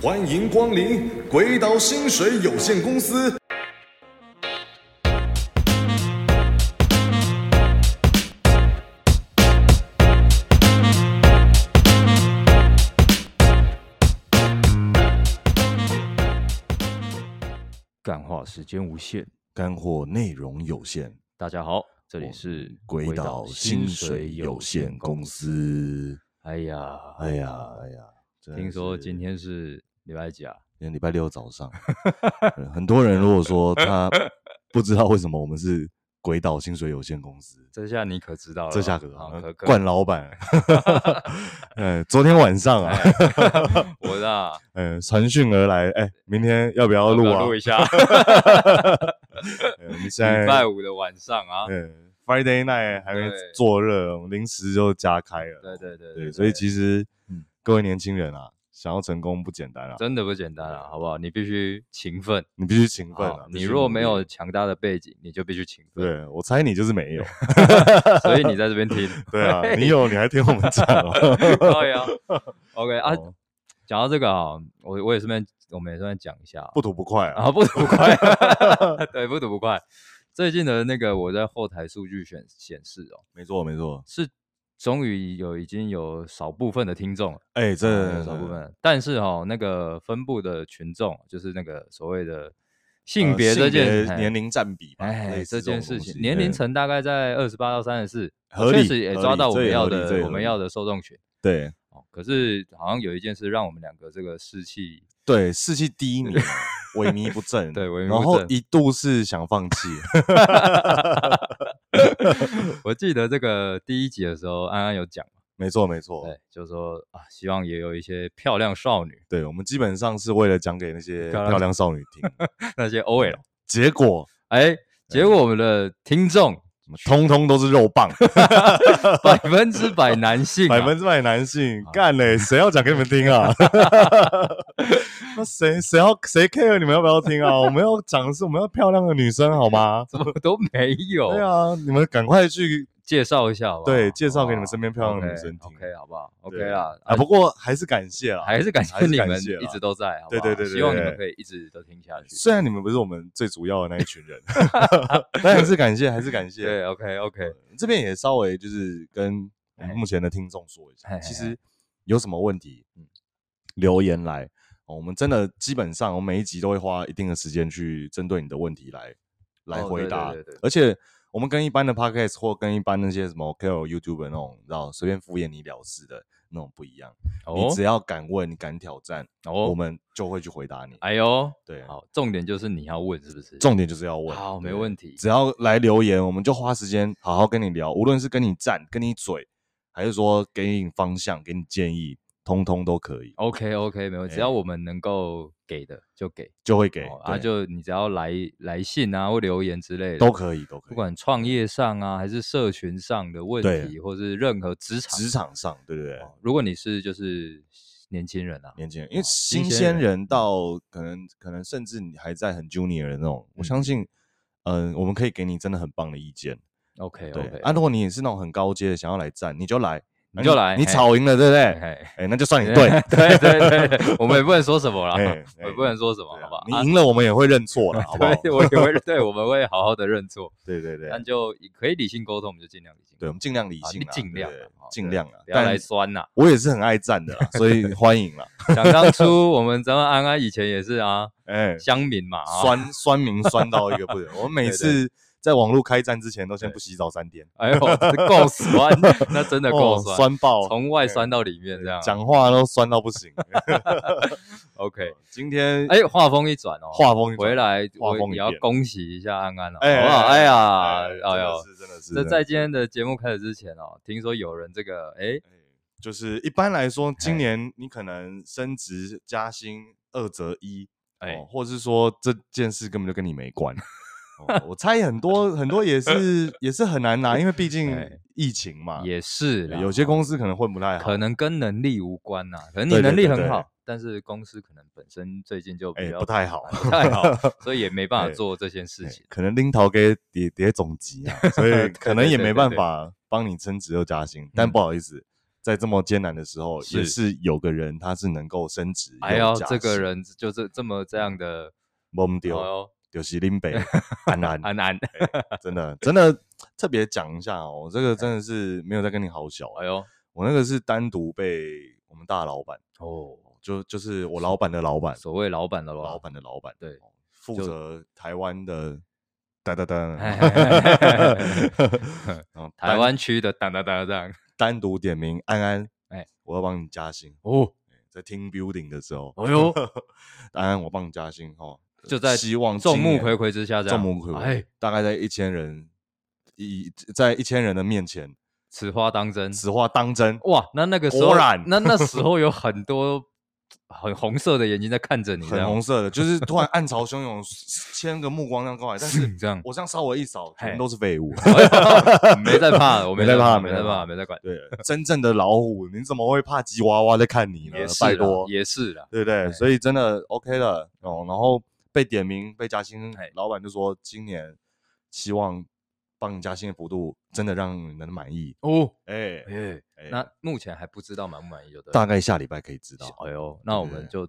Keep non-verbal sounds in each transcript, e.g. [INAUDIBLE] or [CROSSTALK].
欢迎光临鬼岛薪水有限公司。干话时间无限。干货内容有限，大家好，这里是哦鬼岛薪水有限公。司。哎呀，哎呀，哎呀，真的听说是今天是礼拜几啊？今天礼拜六早上， [LAUGHS] 呃很多人如果说他不知道为什么我们是鬼岛薪水有限公司，这下你可知道了啊？这下可好可可冠老 [LAUGHS] 板，呃，昨天晚上啊， [LAUGHS] 我啦，呃，传讯而来，哎，明天要不 [LAUGHS] 要录要不啊要？录一下。呃我们现 [LAUGHS] 在礼拜五的晚上 [LAUGHS] 啊，嗯 Friday night 还没对坐热，我们临时就加开了。对对对对，所以其实嗯各位年轻人啊，想要成功不简单啊，真的不简单啊，好不好？你必须勤奋，你必须勤奋好啊。必哦你须若努没力有，强大的背景，你就必须勤奋。对我猜你就是没有。 [LAUGHS] 所以你在这边听， [LAUGHS] 对 [LAUGHS] 啊，你有你还听我们讲哦。[LAUGHS] 对呀。OK 啊哦，讲到这个啊，我我也顺便，我们也顺便讲一下啊不吐不快啊。啊，不吐不 [LAUGHS] 快，对，不吐不快。最近的那个我在后台数据显显示哦，没错没错，是终于有已经有少部分的听众了，哎，真有的少部分呃了，但是哦，那个分布的群众就是那个所谓的性别这件呃性别哎年龄占比吧，哎类似这件种事东情，西年龄层大概在二十八到三十四，合确理实也合抓理到我这们也要合理这的也我合们理要的受众群对哦。可是好像有一件事让我们两个这个士气对士气低 [LAUGHS] 迷，萎靡不振，对萎靡嗯然不后振一度是想放 [LAUGHS] 弃，我记得这个第一集的时候，安安有讲嘛，没错没错，对，就说啊，希望也有一些漂亮少女，对，我们基本上是为了讲给那些漂亮漂亮少女听，[LAUGHS] 那些 OL，结果哎，结果我们的 [LAUGHS] 听众通通都是肉 [LAUGHS] 棒，百分之百男性啊、百分之百男性啊，干嘞，谁要讲给你们听啊？ [LAUGHS] 那谁谁要谁 care 你们要不要听啊？我们要讲的是我们要漂亮的女生好 [LAUGHS] 吗？怎么都没有。对啊，你们赶快去介绍一下好不好，哦对介绍给你们身边漂亮的女 OK，生听 OK，好不好？OK 对啦，啊啊！不过还是感谢啦，还是感还谢是你感们谢啦一直都在，好不对好？对对对希望你对们可以一直都听下去。虽然你们不是我们最主要的那一群 [LAUGHS] 人，但还是感谢，还是感谢。对，OK OK，这边也稍微就是跟我们哎目前的听众说一下，哎哎其哎实有什么问题，嗯，留言来，哦我们真的基本上，我们每一集都会花一定的时间去针对你的问题来来哦回对答对对对，而且我们跟一般的 podcast 或跟一般那些什么 KOL、YouTube 那种，你知道随便敷衍你了事的那种不一样，你哦只要敢问、敢挑战，我哦，们就会去回答你。哎呦，对好，重点就是你要问是不是？重点就是要问，好，没对问题。只要来留言，我们就花时间好好跟你聊，无论是跟你站、跟你嘴，还是说给你方向、给你建议，通通都可以， OK OK，没问题，哎只要我们能够给的就给，就会给，哦啊，对就你只要来来信啊或留言之类的都可以，都可以。不管创业上啊还是社群上的问对啊题，或是任何职场，职场上，对不对？哦如果你是就是年轻人啊，年轻人，因为哦新新鲜鲜人人到可能可能甚至你还在很 junior 的那种，我相信，嗯、我们可以给你真的很棒的意见。 OK 对 OK，啊，如果你也是那种很高阶的，想要来站，你就来，你就来你嘿吵赢了，对不对？哎、哎，那就 [LAUGHS] 算你对，对 [LAUGHS] 对对，我们也不能说什么啦哎，我也哎不能说什么，对好啊不好？啊你赢了，我们也会认错了，好不好？对，我也 [LAUGHS] 会对，我们会好好的认错，对对对，但就可以理性沟通，我们就尽量理性沟对，我们尽量理啊性啦，尽量对啦哦尽对量啊通，。不要来但 [LAUGHS] 酸呐。我也是很爱战的啦，所以 [LAUGHS] 欢迎啦。想当初我们咱们安安以前也是 [LAUGHS] 啊，哎，乡民嘛啊，酸酸民酸到一个不行，我们每对对次在网络开战之前都先不洗澡三天，哎呦，这够酸，那真的够哦酸，酸爆，从外酸到里面这样。讲话都酸到不 [LAUGHS] 行。 OK，今天哎，话锋一转哦，画风一回转，来话我锋一也要变恭喜一下安安了，哎好不好？哎呀，哎哎呦，真的是真的是这真的在是今天的节目开始之前哦，听说有人这个哎，哎就是一般来说，今哎年你可能升职加薪二择一，哎哦，或是说这件事根本就跟你没关。哦、我猜很多很多也是也是很难拿，因为 [LAUGHS] 毕竟哎疫情嘛，也是啦啊哦有些公司可能混不太好。可能跟能力无关呐，可能对对你能力对很对好，但是公司可能本身最近就比哎较不太好不 [LAUGHS] 太好，所以也没办哎法做这件事哎情。可能拎头给叠 [LAUGHS] 叠总级啊，所以对可能也对没对办对法帮你升职又加薪，但嗯不好意思，在这么艰难的时候，也是是有个人他是能够升职。哎有呦，加这个薪人就是这么这样的，懵哎丢，呦就是林北安 [LAUGHS] 安，安安，真的真的特别讲一下哦，我这个真的是没有在跟你好小，哎呦，我那个是单独被我们大老板，哦，就就是我老板的老板，所谓老板的老老，板的老板，对哦，负责台湾的。哒哒哒，然后哎台湾区的当当当当，单独点名安安，哎哎，我要帮你加薪。哦，在听 building 的时候，哎呦，安安，我帮你加薪哦，就在希望众今目年睽睽之下这样，众目睽睽，哎，大概在一千人一在一千人的面前，此话当真，此话当真，哇，那那个时候果然，那那 [LAUGHS] 时候有很多很红色的眼睛在看着你，这很样红，色的，就是突然暗潮汹 [LAUGHS] 涌，千个目光这样过来，但是是嗯 [LAUGHS] 这样，我这样稍微一扫，全嘿都是废物。哎呦没在怕了，我没在在怕没没在在怕怕，没在管，对，真正的老虎，你怎么会怕吉娃娃在看你呢也？是拜啦托，也是啦，对不对？哎所以真的 OK 了哦。然后被点名被加薪哎，老板就说今年希望帮你加薪的幅度真的让你能满意。哦，哎，哎，哎那目前还不知道满不满意，有的。大概下礼拜可以知道，哎呦，那我们就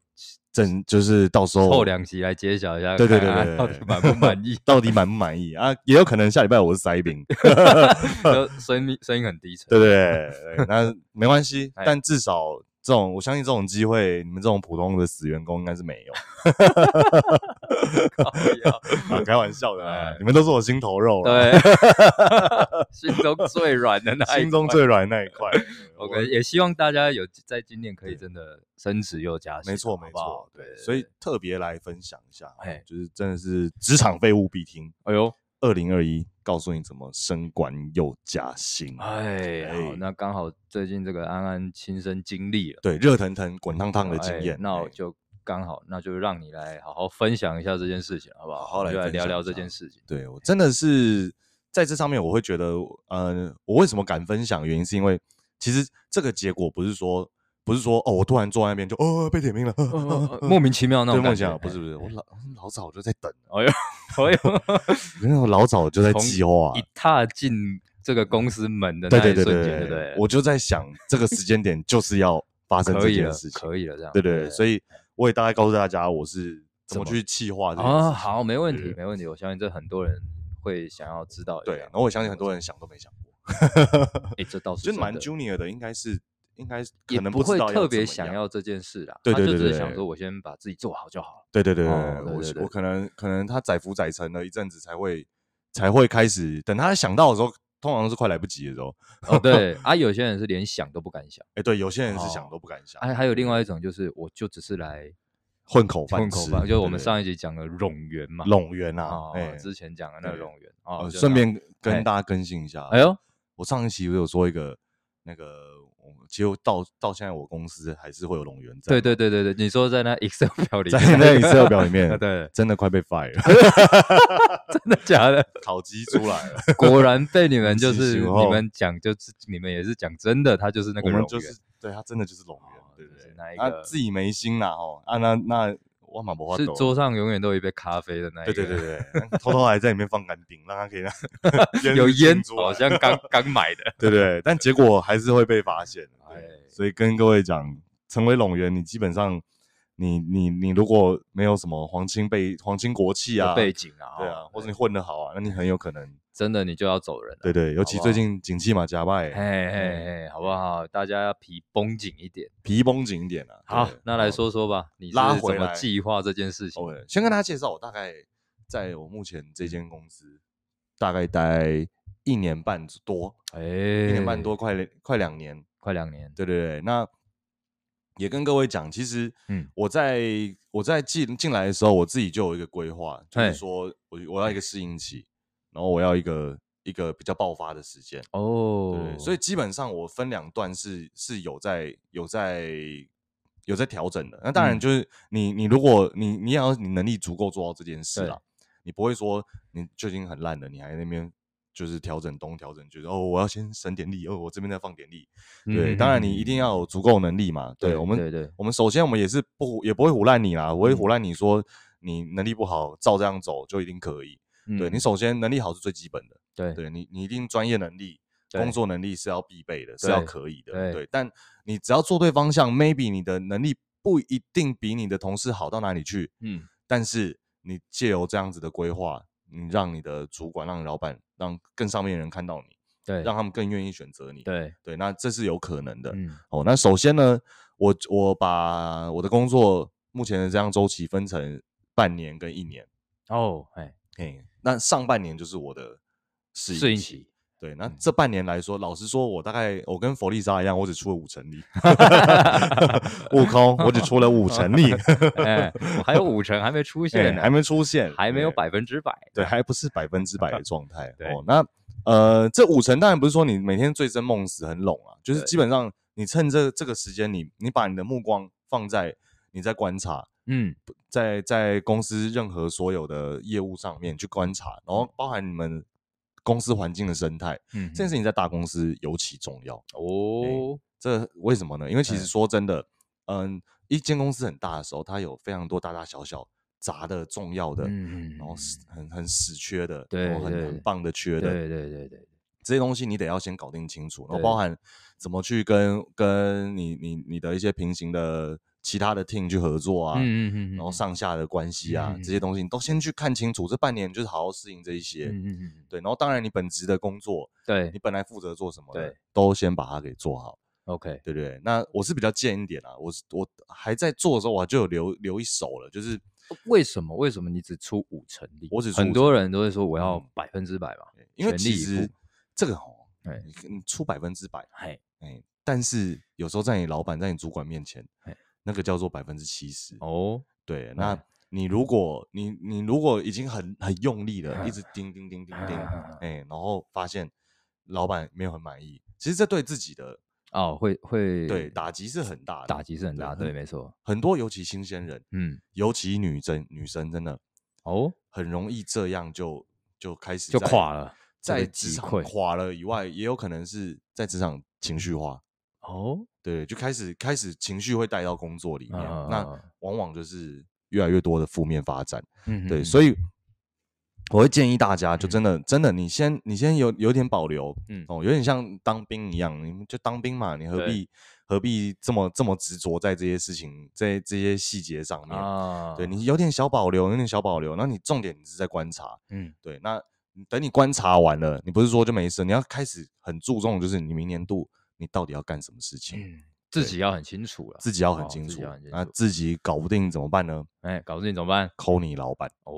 正就是到时候凑两集来揭晓一下，对对看对对对？看到底满不满意 [LAUGHS] 到底满不满意啊？也有可能下礼拜我是塞 [LAUGHS] 宾，就声音声音很低沉，对不对？对那没关系，哎但至少这种我相信这种机会，你们这种普通的死员工应该是没 [LAUGHS] 有。靠腰啊，开玩笑的啦哎，你们都是我心头肉啊啦，对， [LAUGHS] 心中最软的那一块心中最软那一 [LAUGHS] 块。 OK，也希望大家有在今年可以真的升职又加薪，没错，好没不好错，对，哎所以特别来分享一下嘿，就是真的是职场废物必听。哎呦，二零二一告诉你怎么升官又加薪，哎，哎好，那刚好最近这个安安亲身经历了对，热腾腾、滚烫烫的经验哎。那我哎就刚好，那就让你来好好分享一下这件事情，好不好？好好我来们就来分享聊聊一这下件事情。对我真的是在这上面，我会觉得，呃，我为什么敢分享？原因是因为其实这个结果不是说，不是说哦，我突然坐在那边就哦被点名了，呃呃 [LAUGHS] 呃呃呃呃 [LAUGHS] 莫名其妙那对种莫名感其觉嗯妙，，不是不是，我老老早就在等了，哎 [LAUGHS] 呦，因为我老早就在从计划一，踏进这个公司门的对那对一对瞬间，对对不对？我就在想这个时间点就是要发生可这以件了事，情，可以了，这样对对对，所以以我也大概告诉大家我是怎么怎么去气化这件事啊，情。好，没问题，对没问题，我相信这很多人会想要知道。对，然后我相信很多人想都没想过，哎，这倒是就是真蛮的 junior 的，应该是应该是也可能不知会道特怎别么想样要这件事啦，对对对他就只对是想对说我先把自己做好就好了。对对对对，哦对我对是对我可能可能他载浮载沉了一阵子才会才会开始，等他想到的时候，通常都是快来不及的时候。哦， [LAUGHS] 对啊，有些人是连想都不敢想，哎，对，有些人是想哦都不敢想，还还有另外一种就是，我就只是来混哎口饭混吃，口饭，就是我们对对上一集讲的冗员嘛，拢源啊啊，，哎，之前讲的那个对冗员啊，呃就顺这样，便跟哎大家更新一下，哎呦，我上一期我有说一个那个，我其实我到到现在我公司还是会有龙源在对嘛，对对对对，你说在那 Excel 表里啊在面，那 [LAUGHS] Excel 表里面对，对，真的快被 fire，了 [LAUGHS] 真的假的？烤鸡出来了，果然被 [LAUGHS] 你们就是是时候你们讲，就是你们也是讲真的，他就是那哦我个们冗就是员，对他真的就是龙源哦，对不就是对？那一他个自己没心啦哦，啊那那我马不花是抖，桌上永远都有一杯咖啡的那一对个，对对对，偷偷还在里面放干冰，让他可 [LAUGHS] 以让有烟熏，出来好像刚刚买 [LAUGHS] 的。对对，但结果还是会被发现。哎对，所以跟各位讲，成为拢员，你基本上，你你你如果没有什么皇亲被皇亲国戚啊，的背景啊，对啊哦，或者你混得好啊，那你很有可能，真的你就要走人了。对对，尤其好不最好近景气嘛，加嘿拜，嘿嘿，好不好？大家要皮绷紧一点。皮绷紧一点啊。好对，那来。说说吧，你是拉怎回么来计划这件事情？ OK，先跟大家介绍，我大概在我目前这间公司大概待一年半多，哎，一一年半多，，快快两年。快两年。对对对，那也跟各位讲，其实，嗯嗯，我在我在进进来的时候，我自己就有一个规划，就是嘿说我我要一个适应期，然后我要一个一个比较爆发的时间，对哦对，所以基本上我分两段是是有在有在有在调整的。那当然嗯就是你你如果你你也要你能力足够做到这件事对啦，你不会说你就已经很烂了，你还在那边。就是调整东调整西，觉得哦，我要先省点力，哦，我这边再放点力，对，嗯当然你一定要有足够能力嘛。对对我们，对嗯对，我们首先我们也是不也不会唬烂你啦，我会唬烂你说你能力不好，照这样走就一定可以。对嗯你首先能力好是最基本的，对对你你一定专业能力，对工作能力是要必备的，是要对可以的。对对，但你只要做对方向，maybe 你的能力不一定比你的同事好到哪里去，嗯，但是你借由这样子的规划，你让你的主管、让你老板、让更上面的人看到你，对，让他们更愿意选择你。对，对，那这是有可能的。嗯，哦，那首先呢，我我把我的工作目前的这样周期分成半年跟一年。哦，哎，嘿，那上半年就是我的适适应期。期，对，那嗯这半年来说，老实说，我大概我跟佛利莎一样，我只出了五成 [LAUGHS] 力。悟空，我只出了五成力， [LAUGHS] 哎，我还有五成还没出嘿现呢，哎还没出现，还没有对百分之百，。[LAUGHS] 对，还不是百分之百的状态哎 [LAUGHS] 对哦，那呃，这五成当然不是说你每天醉生梦死很拢啊，就是对基本上你趁这这个时间，你你把你的目光放在你在观察，嗯，在在公司任何所有的业务上面去观察，然后包含你们公司环境的生态，嗯，这件事情在大公司尤其重要。哦，这为什么呢？因为其实嗯说真的，嗯，一间公司很大的时候，它有非常多大大小小杂的、重要的，嗯哎然后死很很死缺的，对然后很对很棒的缺对的，对对对，这些东西你得要先搞定清楚，然后对包含怎么去跟跟你你你的一些平行的其他的 team 去合作啊，嗯嗯嗯，然后上下的关系啊、嗯这些东西，你都先去看清楚。这半年就是好好适应这一些，嗯嗯嗯，对。然后当然你本职的工作，对你本来负责做什么的对，都先把它给做好。 ，OK，对不对？那我是比较贱一点啦，我是我还在做的时候，我就有留留一手了，就是为什么为什么你只出五成力？我只出很五多成人都会说我要嗯百分之百嘛，因为全其力以实赴这个哦，哎你你出百分之百，嘿，哎，但是有时候在你老板、在你主管面前哎，那个叫做百分之七十。哦，对，那哎你如果你你如果已经很很用力了，一嗯 [LAUGHS] 直叮叮叮叮嗯叮，嗯嗯哎，然后发现老板没有很满意，其实这对自己的哦，会会对打击是很大的，打击是很对嗯大，很对，没错，很多尤其新鲜人，嗯，尤其女生女生真的哦，很容易这样就就开始就在垮了，就在会职击场溃垮了以外，也有可能是在职场情绪化，哦，对，就开始开始情绪会带到工作里面，啊那往往就是越来越多的负面发展，嗯，对，嗯所以我会建议大家，就真的、真的，你先你先有有点保留，嗯哦，有点像当兵一样，你们就当兵嘛，你何对必何必这么这么执着在这些事情在这些细节上面？啊，对，你有点小保留，有点小保留，那你重点你是在观察，嗯，对，那你等你观察完了，你不是说就没事，你要开始很注重，就是你明年度你到底要干什么事情，嗯，自对己要很清楚了，自己要很哦清自己楚要很。清那楚嗯自己搞不定怎么办呢？哎，搞不定怎么办？抠你老板，哦，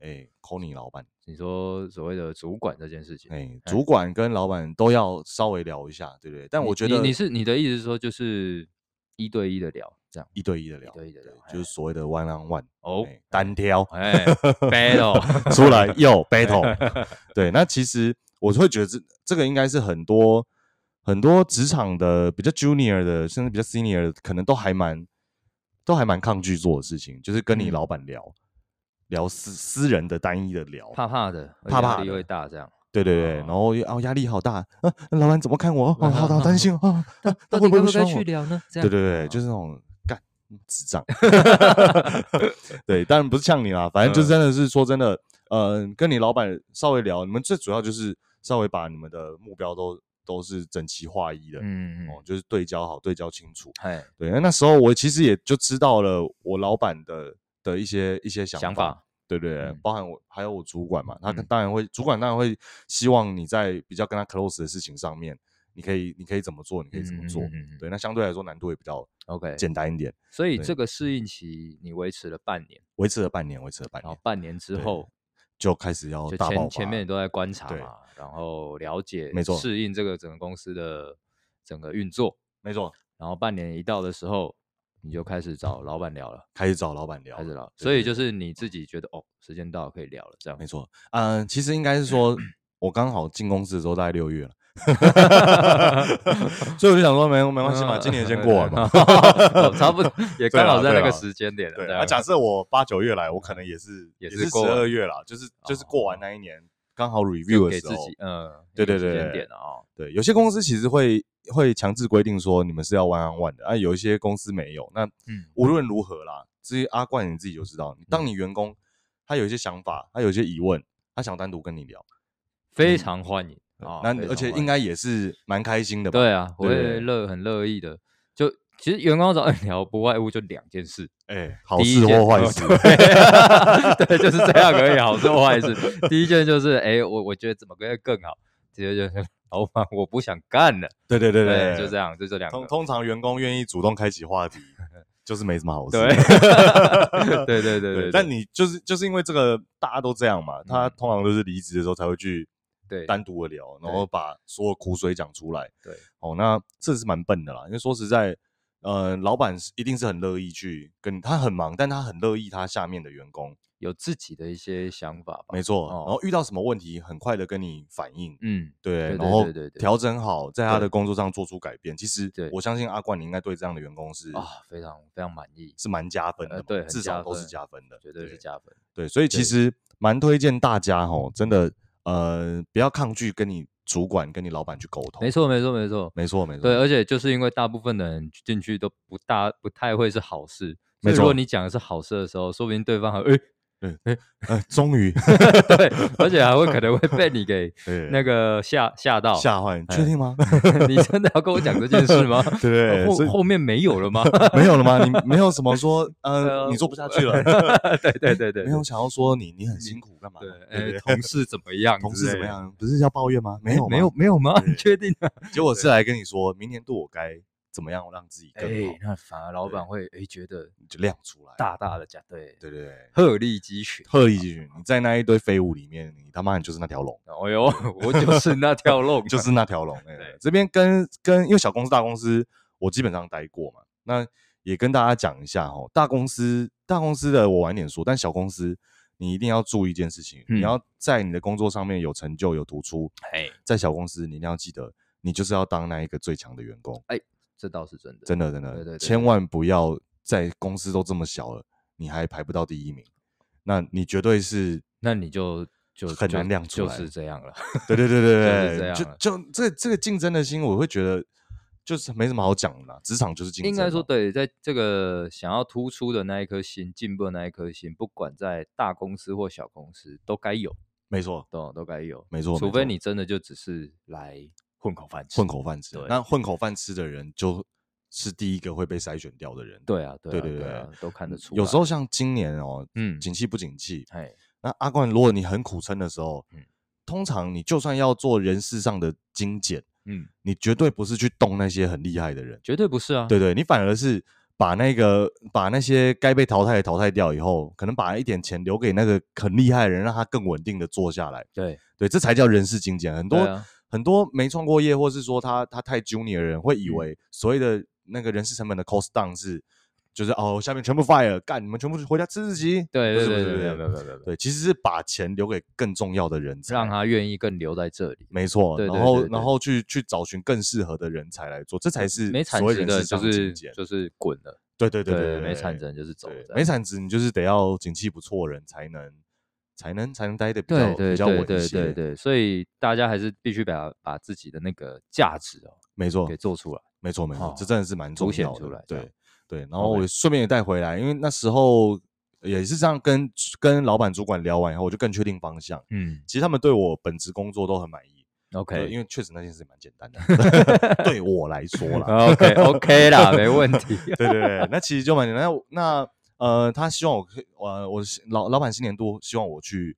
哎，抠你老板，你说所谓的主管这件事情，哎，主管跟老板都要稍微聊一下，对不对？但你我觉你得你是你的意思是说就是一对一的聊这样一对一的聊，对一地聊哎就是所谓的 one on one，哦哎，单挑，哎 [LAUGHS] battle 出来又 battle。对，那其实我会觉得这这个应该是很多很多职场的比较 junior 的，甚至比较 senior 的，可能都还蛮都还蛮抗拒做的事情，就是跟你嗯老板聊、聊私私人的单一的聊。怕怕的， [LAUGHS] 而怕且压怕力的会大这样，对对对，哦然后哦压力好大，啊，老板怎么看我？ [LAUGHS] 哦，好好担心哦啊，到啊他到会底不该会不喜欢该我去？聊呢？这样哦对对对，就是是那种干嗯智障。 [LAUGHS] 对，当然不是呛你啦，反正嗯就真的是说真的，呃，跟你老板稍微聊，你们最主要就是稍微把你们的目标都都是整齐划一的，嗯嗯哦，，就是对焦好，对焦清楚。哎，对，那时候我其实也就知道了我老板的的一些一些想想法对对对，嗯包含我还有我主管嘛，他嗯当然会、主管当然会希望你在比较跟他 close 的事情上面，你可以你可以怎么做，你可以怎么做，嗯嗯嗯嗯嗯对，那相对来说难度也比较 OK，简单一点，所以对这个适应期你维持了半年，维持了半年，维持了半然后年半年之哎对后就开始要就大爆发，前前面都在观察对嘛，然后了解，没错适应这个整个公司的整个运作，没错，然后半年一到的时候，你就开始找老板聊了，开始找老板聊开了，始聊，对所对嗯以就是你自己觉得哦，时间到了可以聊了，这样，没错，嗯、其实应该是说，我刚好进公司的时候大概六月了。所以我就想说没没关系嘛，今年先过完嘛 [LAUGHS] 哦差不多 [LAUGHS] [LAUGHS] 也对刚啦好在对那个啦时间点了，对，啊啊，假设我八九月来，我可能也是也是是十过完哦二月啦，就是就是过完那一年刚好就 review 的给时自候，己嗯，对一对对个时间对点啊，对，有些公司其实会会强制规定说你们是要 one on one 的，啊，有一些公司没有。那嗯无论如何啦，至于阿冠你自己就知道，当你员工他有一些想法，他有一些疑问，他想单独跟你聊，非常欢迎，啊嗯那非常而且欢应迎该也是蛮开心的吧？对啊，我对会乐很乐意的。就其实员工找你聊，不外乎就两件事，哎，好第一事件或坏哦事， [LAUGHS] 对 [LAUGHS] 对，就是这样而已，好事或坏事。第一件就是，哎，我我觉得怎么个更好。第二件就是，老板，我不想干了。对对对对，对，就这。样，就这两通个。通常员工愿意主动开启话题，就是没什么好事。对， [LAUGHS] 对对对对对。嗯但你就是就是因为这个大家都这样嘛，他通常都是离职的时候才会去对单独的聊，然对后把所有苦水讲出来。对，哦，那这是蛮笨的啦，因为说实在，呃，老板是一定是很乐意去跟他很忙，但他很乐意他下面的员工，有自己的一些想法吧。没错，哦然后遇到什么问题，很快的跟你反映。嗯，对，对对然后对对对调整好，在他的对工作上做出改变。其实对我相信阿冠，你应该对这样的员工是啊，非常非常满意，是蛮加分的呃嘛，对很至少加都是分加分的，绝对是加分。对，所以其对实蛮推荐大家吼，真的呃，不要抗拒跟你主管、跟你老板去沟通。没，错，没错，没错。没错，没错。对，而且就是因为大部分的人进去都不大不太会是好事，没所以如果错你讲的是好事的时候，说不定对方还哎、呃，终 [LAUGHS] 于 [LAUGHS] 对，而且还会可能会被你给对那个吓吓到，吓坏，你哎确定吗？ [LAUGHS] 呃你真的要跟我讲这件事吗？呃对 [LAUGHS] 对，后所以后面没有 [LAUGHS] 了吗？ [LAUGHS] 没有了吗？你没有什么说呃，呃你做不下去 [LAUGHS] 了， [LAUGHS] 对对对对，没有想要说你你很辛苦干嘛？对，对哎，同事怎么样？同事怎么？样？不是要抱怨哎吗？没没有，没有，没有吗？对你确定 [LAUGHS] 啊？结果是来跟你说，明年度我该怎么样让自己更好哎，，那反而老对板会哎觉得你就亮出来。大大的讲，对，对对对，鹤立鸡群。鹤立鸡群，你在那一堆废物里面，你他妈你就是那条龙。哎呦， [LAUGHS] 我就是那条龙，啊 [LAUGHS] 就是那条龙。哎 [LAUGHS] 对这边跟跟因为小公司大公司，我基本上待过嘛，那也跟大家讲一下哦，大公司大公司的我晚点说，但小公司你一定要注意一件事情，嗯你要在你的工作上面有成就有突出，哎，在小公司你一定要记得，你就是要当那一个最强的员工，这倒是真的，真的真的，对对对千万不要在公司都这么小了，你还排不到第一名，那你绝对是。那你就就很就难亮出 [LAUGHS] 就来是这样了。 [LAUGHS] 对对对对是这对，样就了就这这个竞争的心，我会觉得就是没什么好讲的啦，职场就是竞争应嘛。该说，对，在这个想要突出的那一颗心，进步的那一颗心，不管在大公司或小公司，都该有，没错，都都该有。没错，除没非错你真的就只是来混口饭吃，混。口饭吃对，那混口饭吃的人就是第一个会被筛选掉的人。对啊，对对啊，对对啊，都看得出来。有时候，像今年哦，嗯，景气不景气，哎，那阿冠，如果你很苦撑的时候嗯，通常你就算要做人事上的精简，嗯，你绝对不是去动那些很厉害的人，绝对不是啊。对对，你反而是把那个把那些该被淘汰的淘汰掉以后，可能把一点钱留给那个很厉害的人，让他更稳定的做下来。对，对，这才叫人事精简。很多、对啊很多没创过业，或是说他他太 junior 的人，会嗯以为所谓的那个人事成本的 cost down 是就是哦，下面全部 fire，干你们全部回家吃自己。对不对是对不对，是不没有没是有没有没有，没有对，其实是把钱留给更重要的人才，让他愿意更留在这里。没错，对对然后对对然后去去找寻更适合的人才来做，这才是没所产谓值人事的就上的是精简。就是滚了，对对对对对，没产对值的就是走对，这样，没产值，你就是得要景气不错的人才能才能才能待的比较对对比较对稳一对些。对对，所以大家还是必须把把自己的那个价值哦没错给，做出来。没错，没错哦，这真的是蛮重凸显要出来的。这样对对，然后 OK 我顺便也带回来，因为那时候也是这样跟跟老板主管聊完以后，我就更确定方向。嗯其实他们对我本职工作都很满意，对， [LAUGHS] ，OK 因为确实那件事蛮简单的， [LAUGHS] 对我来说啦。 OK OK 啦，没问 [LAUGHS] 题。对对对，那其实就蛮简单。那我那呃，他希望我可以，呃，我是老老板新年度希望我去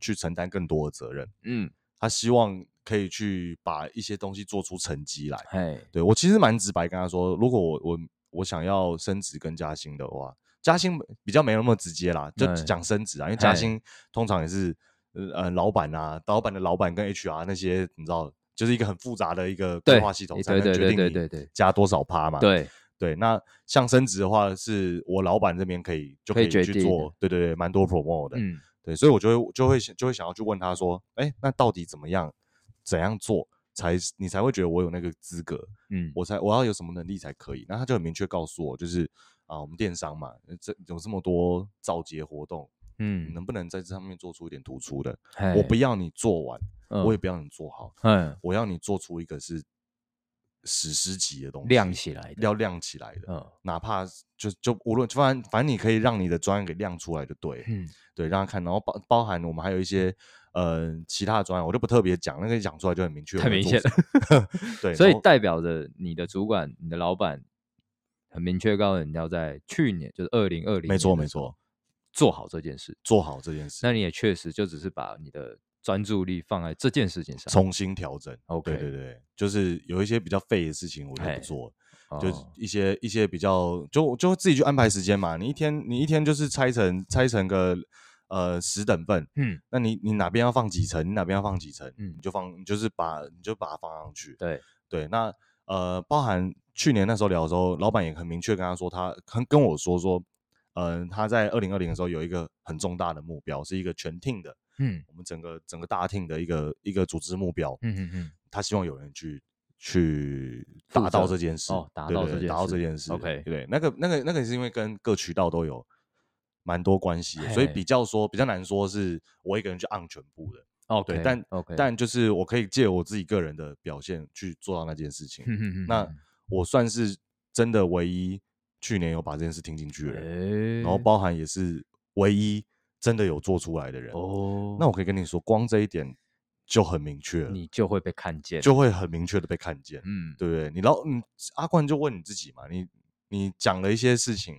去承担更多的责任，嗯，他希望可以去把一些东西做出成绩来。嘿，对我其实蛮直白跟他说，如果我我我想要升职跟加薪的话，加薪比较没那么直接啦，就哎讲升职啊，因为加嘿薪通常也是呃呃老板啊，老板的老板跟 HR 那些，你知道，就是一个很复杂的一个规对划系统，才对能对决对对定对你对加多少趴嘛。对，对，那像升职的话，是我老板这边可以就可以决去定做的，对对对，蛮多 promote 的，嗯对，所以我就会就会想就会想要去问他说，哎，那到底怎么样，怎样做才你才会觉得我有那个资格，嗯，我才我要有什么能力才可以？那他就很明确告诉我，就是啊，我们电商嘛，呃这有这么多造节活动，你嗯，能不能在这上面做出一点突出的？嘿我不要你做完，嗯我也不要你做好，嗯我要你做出一个是史诗级的东西，亮起来的，要亮起来的，嗯哪怕就就无论反正反正你可以让你的专案给亮出来就对了，嗯，对，让他看，然后包包含我们还有一些呃其他的专案，我就不特别讲，那个讲出来就很明确，太明显 [LAUGHS] 了，对，所以然后代表着你的主管、你的老板很明确告诉你要在去年，就是二零二零，没错没错，做好这件事。做好这件事，那你也确实就只是把你的专注力放在这件事情上，重新调整。 OK 对对对，就是有一些比较废的事情我就哎不做了，就是哦一些一些比较就就自己去安排时间嘛。你一天你一天就是拆成拆成个呃十等份，嗯，那你你哪边要放几层，你哪边要放几层，嗯你就放你就是把你就把它放上去。对，对，那呃，包含去年那时候聊的时候，老板也很明确跟他说他，很跟我说说，嗯、他在二零二零的时候有一个很重大的目标，是一个全 team 的，嗯我们整个整个大 team 的一个一个组织目标。嗯嗯嗯，他希望有人去去负达到责这件事，哦达对到对这对件达到这事件事。 OK 对，那个那个那个也是因为跟各渠道都有蛮多关系的，所以嘿比较说比较难说是我一个人去按全部的。哦，对，但 OK，但就是我可以借我自己个人的表现去做到那件事情。嗯嗯嗯那嗯我算是真的唯一去年有把这件事听进去的人，诶然后包含也是唯一真的有做出来的人。哦，那我可以跟你说，光这一点就很明确了，你就会被看见，就会很明确的被看见，嗯，对不对？你老你阿冠就问你自己嘛，你你讲了一些事情，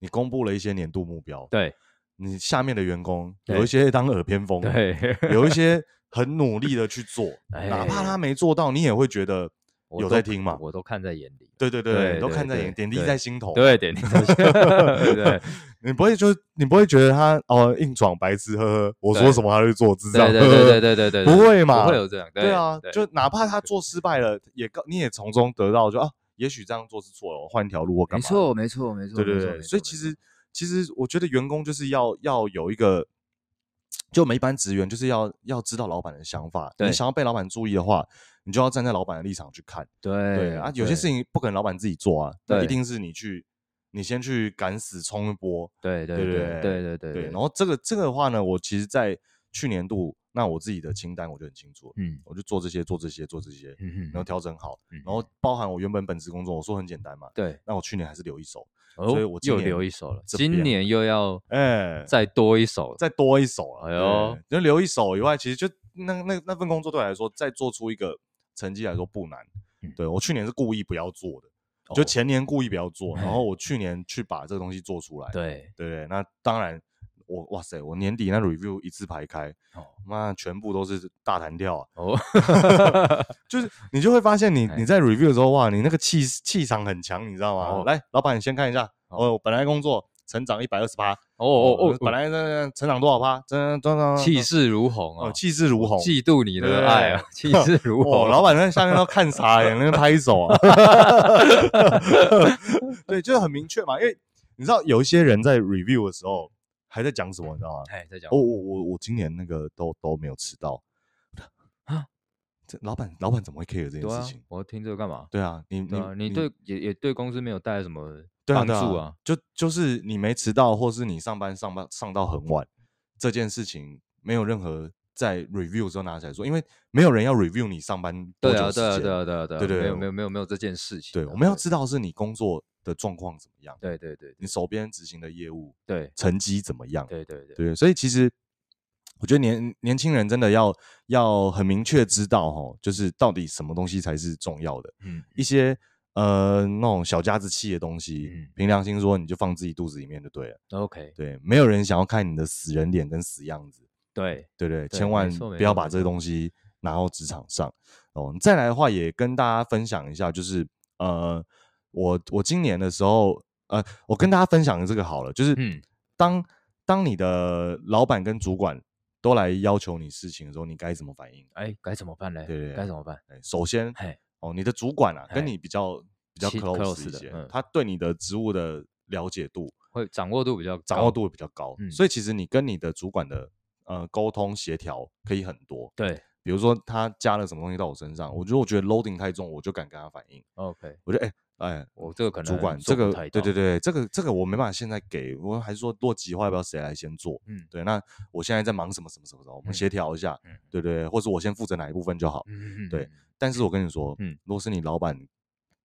你公布了一些年度目标，对你下面的员工对有一些当耳边风，，对，有一些很努力的去 [LAUGHS] 做，哎哪怕他没做到，你也会觉得我有都在听嘛。我都看在眼里，对对对，对你都对看在眼，对点滴对在心头。对，点你对 [LAUGHS] 你不会就是你不会觉得他哦硬闯白痴，呵呵，我说对什么他就做，智障，对对呵呵对对对 [LAUGHS] 对对，不对会嘛不会有这样，对啊，对就哪怕他做失败了，也告你也从中得到就啊，也许这样做是错了，我换一条路或干没嘛？错，没错没错，对对没错对，没所以错其没实其实我觉得员工就是要要有一个，就我们一般职员就是要要知道老板的想法，你对想要被老板注意的话，你就要站在老板的立场去看。错对对啊，有些事情情不可能老板自己做啊，那一对定是你去你先去敢死冲一波，对对对对对对对对对。然后这个这个的话呢，我其实，在去年度那我自己的清单我就很清楚了，嗯我就做这些做这些做这些，嗯然后调整好，嗯然后包含我原本本职工作，我说很简单嘛，对，那我去年还是留一手，哦所以我今又年留一手了，这今边年又要哎，再多一手了，再多一手了，哎呦对，就留一手以外，其实就那那那份工作对我来说，再做出一个成绩来说不难嗯，对我去年是故意不要做的，就哦前年故意不要做，然哎后我去年去把这个东西做出来，对对不对？那当然。我哇塞！我年底那 review 一字排开，哦妈全部都是大弹跳啊！哦， [LAUGHS] 就是你就会发现你，你哎在 review 的时候，哇，你那个气气场很强，你知道吗？哦来，老板，你先看一下，哦，我本来工作成长一百二十趴，哦哦哦，本来呃成长多少趴，真真真气势如虹哦，啊，气势如虹。嫉妒你的爱啊，气 [LAUGHS] 势如 [LAUGHS] 哦，虹，老板在下面都看傻了，那边拍手 [LAUGHS] 啊。对，就是很明确嘛，因为你知道有一些人在 review 的时候还在讲什么，你知道吗？哎，再讲哦，我我我今年那个都都没有迟到啊这老板老板怎么会 care 这件对事啊情，？我听这个干嘛？对啊，你对啊，你你对也也对公司没有带来什么对啊帮对助啊啊，，就就是你没迟到，或是你上班上班上到很晚，这件事情没有任何在 review 之后拿起来说，因为没有人要 review 你上班多对久啊，时对啊，间对啊，对啊，对啊，对对没有对没有没有没有这件事情啊，对，我们要知道是你工作的状况怎么样，对，对对你手边执行的业务对成绩怎么样，对对对对，对，所以其实我觉得年年轻人真的要要很明确知道哦，就是到底什么东西才是重要的，嗯，一些呃那种小家子气的东西，嗯凭良心说，你就放自己肚子里面就对了。 OK，对，没有人想要看你的死人脸跟死样子，对，对不对？对千万没错没不要错把没这个东西拿到职场上哦。再来的话，也跟大家分享一下，就是呃，我我今年的时候，呃，我跟大家分享这个好了，就是嗯当当你的老板跟主管都来要求你事情的时候，你该怎么反应？哎，该怎么办嘞？对对对该怎么办？哎，首先嘿，哦，你的主管啊，跟哎你比较比较亲 close close 一的些，嗯他对你的职务的了解度，会掌握度比较掌握高度会比较高，嗯所以其实你跟你的主管的呃沟通协调可以很多。对比如说他加了什么东西到我身上，我觉得我觉得 loading 太重，我就敢跟他反映。 ，OK，我觉得哎、哎，我这个可能主管做这不个太，对到对，对，这个这个我没办法现在给，我还是说落计划要不要谁来先做？嗯对，那我现在在忙什么什么什么什么，我们嗯协调一下，嗯对对，或者我先负责哪一部分就好。嗯对，但是我跟你说，嗯嗯，如果是你老板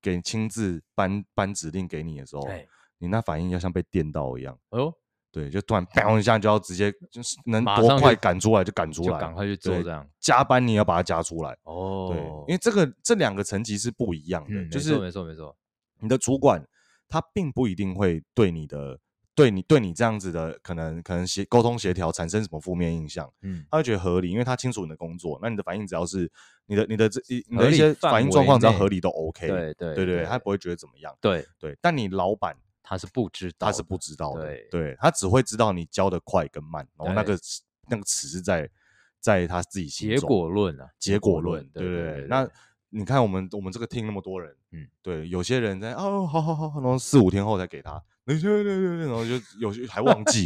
给亲自颁颁指令给你的时候，哎，你那反应要像被电到一样，哎呦，对，就突然砰一下就要直接就是能马多上快就赶出来就赶出就来，赶快去做对这样。加班你也要把它加出来，哦，对，因为这个这两个层级是不一样的，嗯就没错是没错没错，你的主管他并不一定会对你的。对你对你这样子的可能可能协沟通协调产生什么负面印象，嗯，他会觉得合理，因为他清楚你的工作，那你的反应只要是你的你的这一你合的一理些范反应围状况只要内合理都 OK，对对对对，对，他不会觉得怎么样。对，对，但你老板他是不知他道的，是不知道的，对他只会知道你教的快跟慢，然后那对个尺那个尺是在在他自己心结中果论啊，结果论，对对对对。那你看我们我们这个 team 那么多人，嗯嗯，对，有些人在哦，好好好，然后四五天后才给他。对对对对，然后就有些还忘记，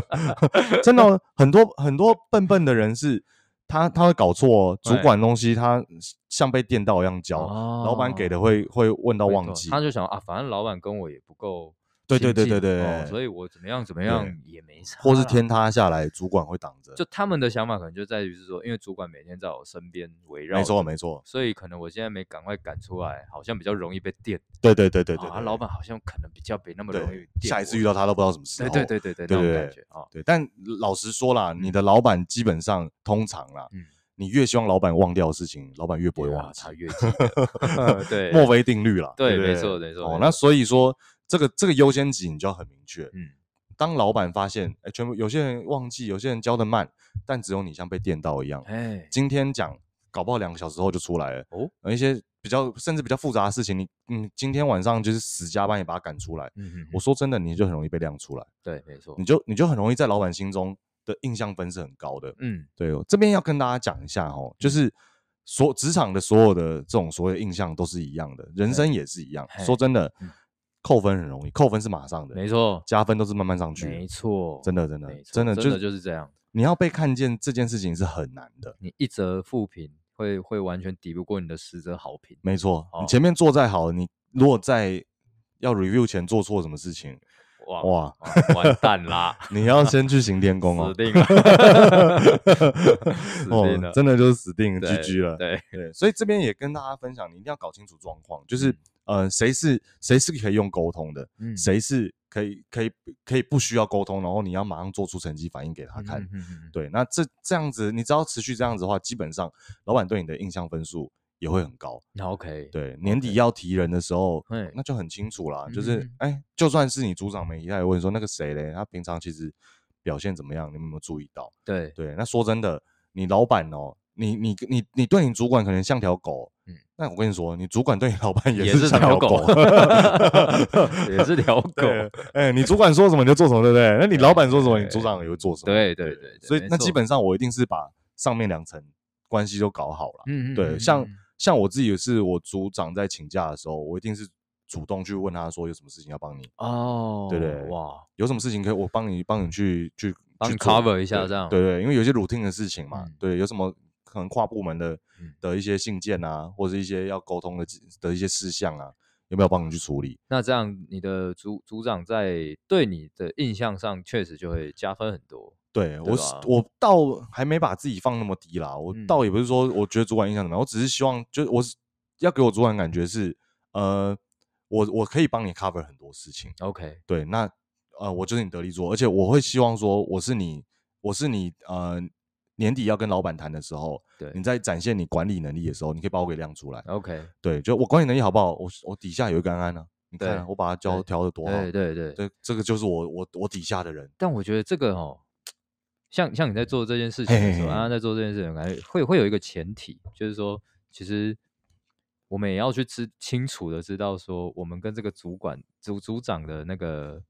[LAUGHS] 真的哦很多很多笨笨的人是，他他会搞错哦主对管东西，他像被电到一样教，老板给的的会会问到忘记，哦他就想啊，反正老板跟我也不够对亲对近。对对对哦对所以我怎么样怎么对样也没差啦，或是天塌下来，主管会挡着。就他们的想法可能就在于是说，因为主管每天在我身边围绕，没错，没错，所以可能我现在没赶快赶出来，好像比较容易被电。对对对对对啊对老板好像可能比较没那么容易对电，我。下一次遇到他都不知道什么时对候。对对对对，那对种对感对觉啊，对但老实说啦，你的老板基本上通常啦嗯，你越希望老板忘掉的事情，老板越不会对啊忘记他。越记 [LAUGHS] [LAUGHS] 得嗯对，墨菲定律啦，对不对没错没错哦没，那所以说这个这个优先级你就要很明确。嗯，当老板发现，哎，全部有些人忘记，有些人教的慢，但只有你像被电到一样。哎，今天讲，搞不好两个小时后就出来了。哦，呃，一些比较甚至比较复杂的事情，你你今天晚上就是死加班也把它赶出来。嗯，我说真的，你就很容易被亮出来，对，没错你，就你就很容易在老板心中的印象分是很高的。嗯，对，哦我这边要跟大家讲一下哦，就是所职场的所有的这种所谓的印象都是一样的，人生也是一样。嘿说真的嗯，扣分很容易，扣分是马上的，没错，加分都是慢慢上去的。没错，真的真的没错真的真就的就是这样，你要被看见这件事情是很难的。你一则负评会会完全抵不过你的十则好评，没错，哦你前面做再好，你如果在要 review 前做错什么事情，哇哇，哇，完蛋啦， [LAUGHS] [LAUGHS] 你要先去行天宫哦死， [LAUGHS] 定了，死定了哦，，真的就是死定对 GG 了。对，对，所以这边也跟大家分享，你一定要搞清楚状况，就是呃，谁是谁是可以用沟通的，嗯谁是可以可以可以不需要沟通，然后你要马上做出成绩反应给他看。嗯嗯嗯嗯对，那这这样子，你只要持续这样子的话，基本上老板对你的印象分数也会很高。那 OK，对，年底要提人的时候哦嘿，那就很清楚啦，嗯就是哎、就算是你组长没提，他也问说那个谁嘞，他平常其实表现怎么样，你们有没有注意到？对，对，那说真的，你老板哦，你你你你对你主管可能像条狗，嗯嗯，那我跟你说，你主管对你老板也是是像条条，狗 [LAUGHS] 也是条狗，对，嗯哎、你主管说什么你就做什么，对不对？那你老板说什么，你组长也会做什么。对对对，对所以没那基错本上我一定是把上面两层关系都搞好了。嗯嗯嗯对，嗯像嗯像我自己也是，我组长在请假的时候，我一定是主动去问他说有什么事情要帮你，哦，对对哇，有什么事情可以我帮你帮你去去帮去你做 cover 一下对这样对对，因为有些 routine 的事情嘛，嗯对，有什么可能跨部门的嗯的一些信件啊，或者一些要沟通的的一些事项啊，有没有帮你去处理？那这样你的组组长在对你的印象上确实就会加分很多，对我吧是我倒还没把自己放那么低啦，我啊嗯倒也不是说我觉得主管印象怎么样，我只是希望就是我是要给我主管感觉是呃，我我可以帮你 cover 很多事情， OK，对，那呃我就是你得力做，而且我会希望说我是你我是你呃年底要跟老板谈的时候，对你在展现你管理能力的时候，你可以把我给亮出来， ，OK，对，就我管理能力好不好，我我底下有一个安安啊，你看啊对我把他教对调的多好，对对对，这这个就是我我我底下的人，但我觉得这个哦，像像你在做这件事情的时嘿候，嘿嘿安安在做这件事情，感觉会会有一个前提，就是说，其实我们也要去知清楚的知道说，我们跟这个主管组组长的那个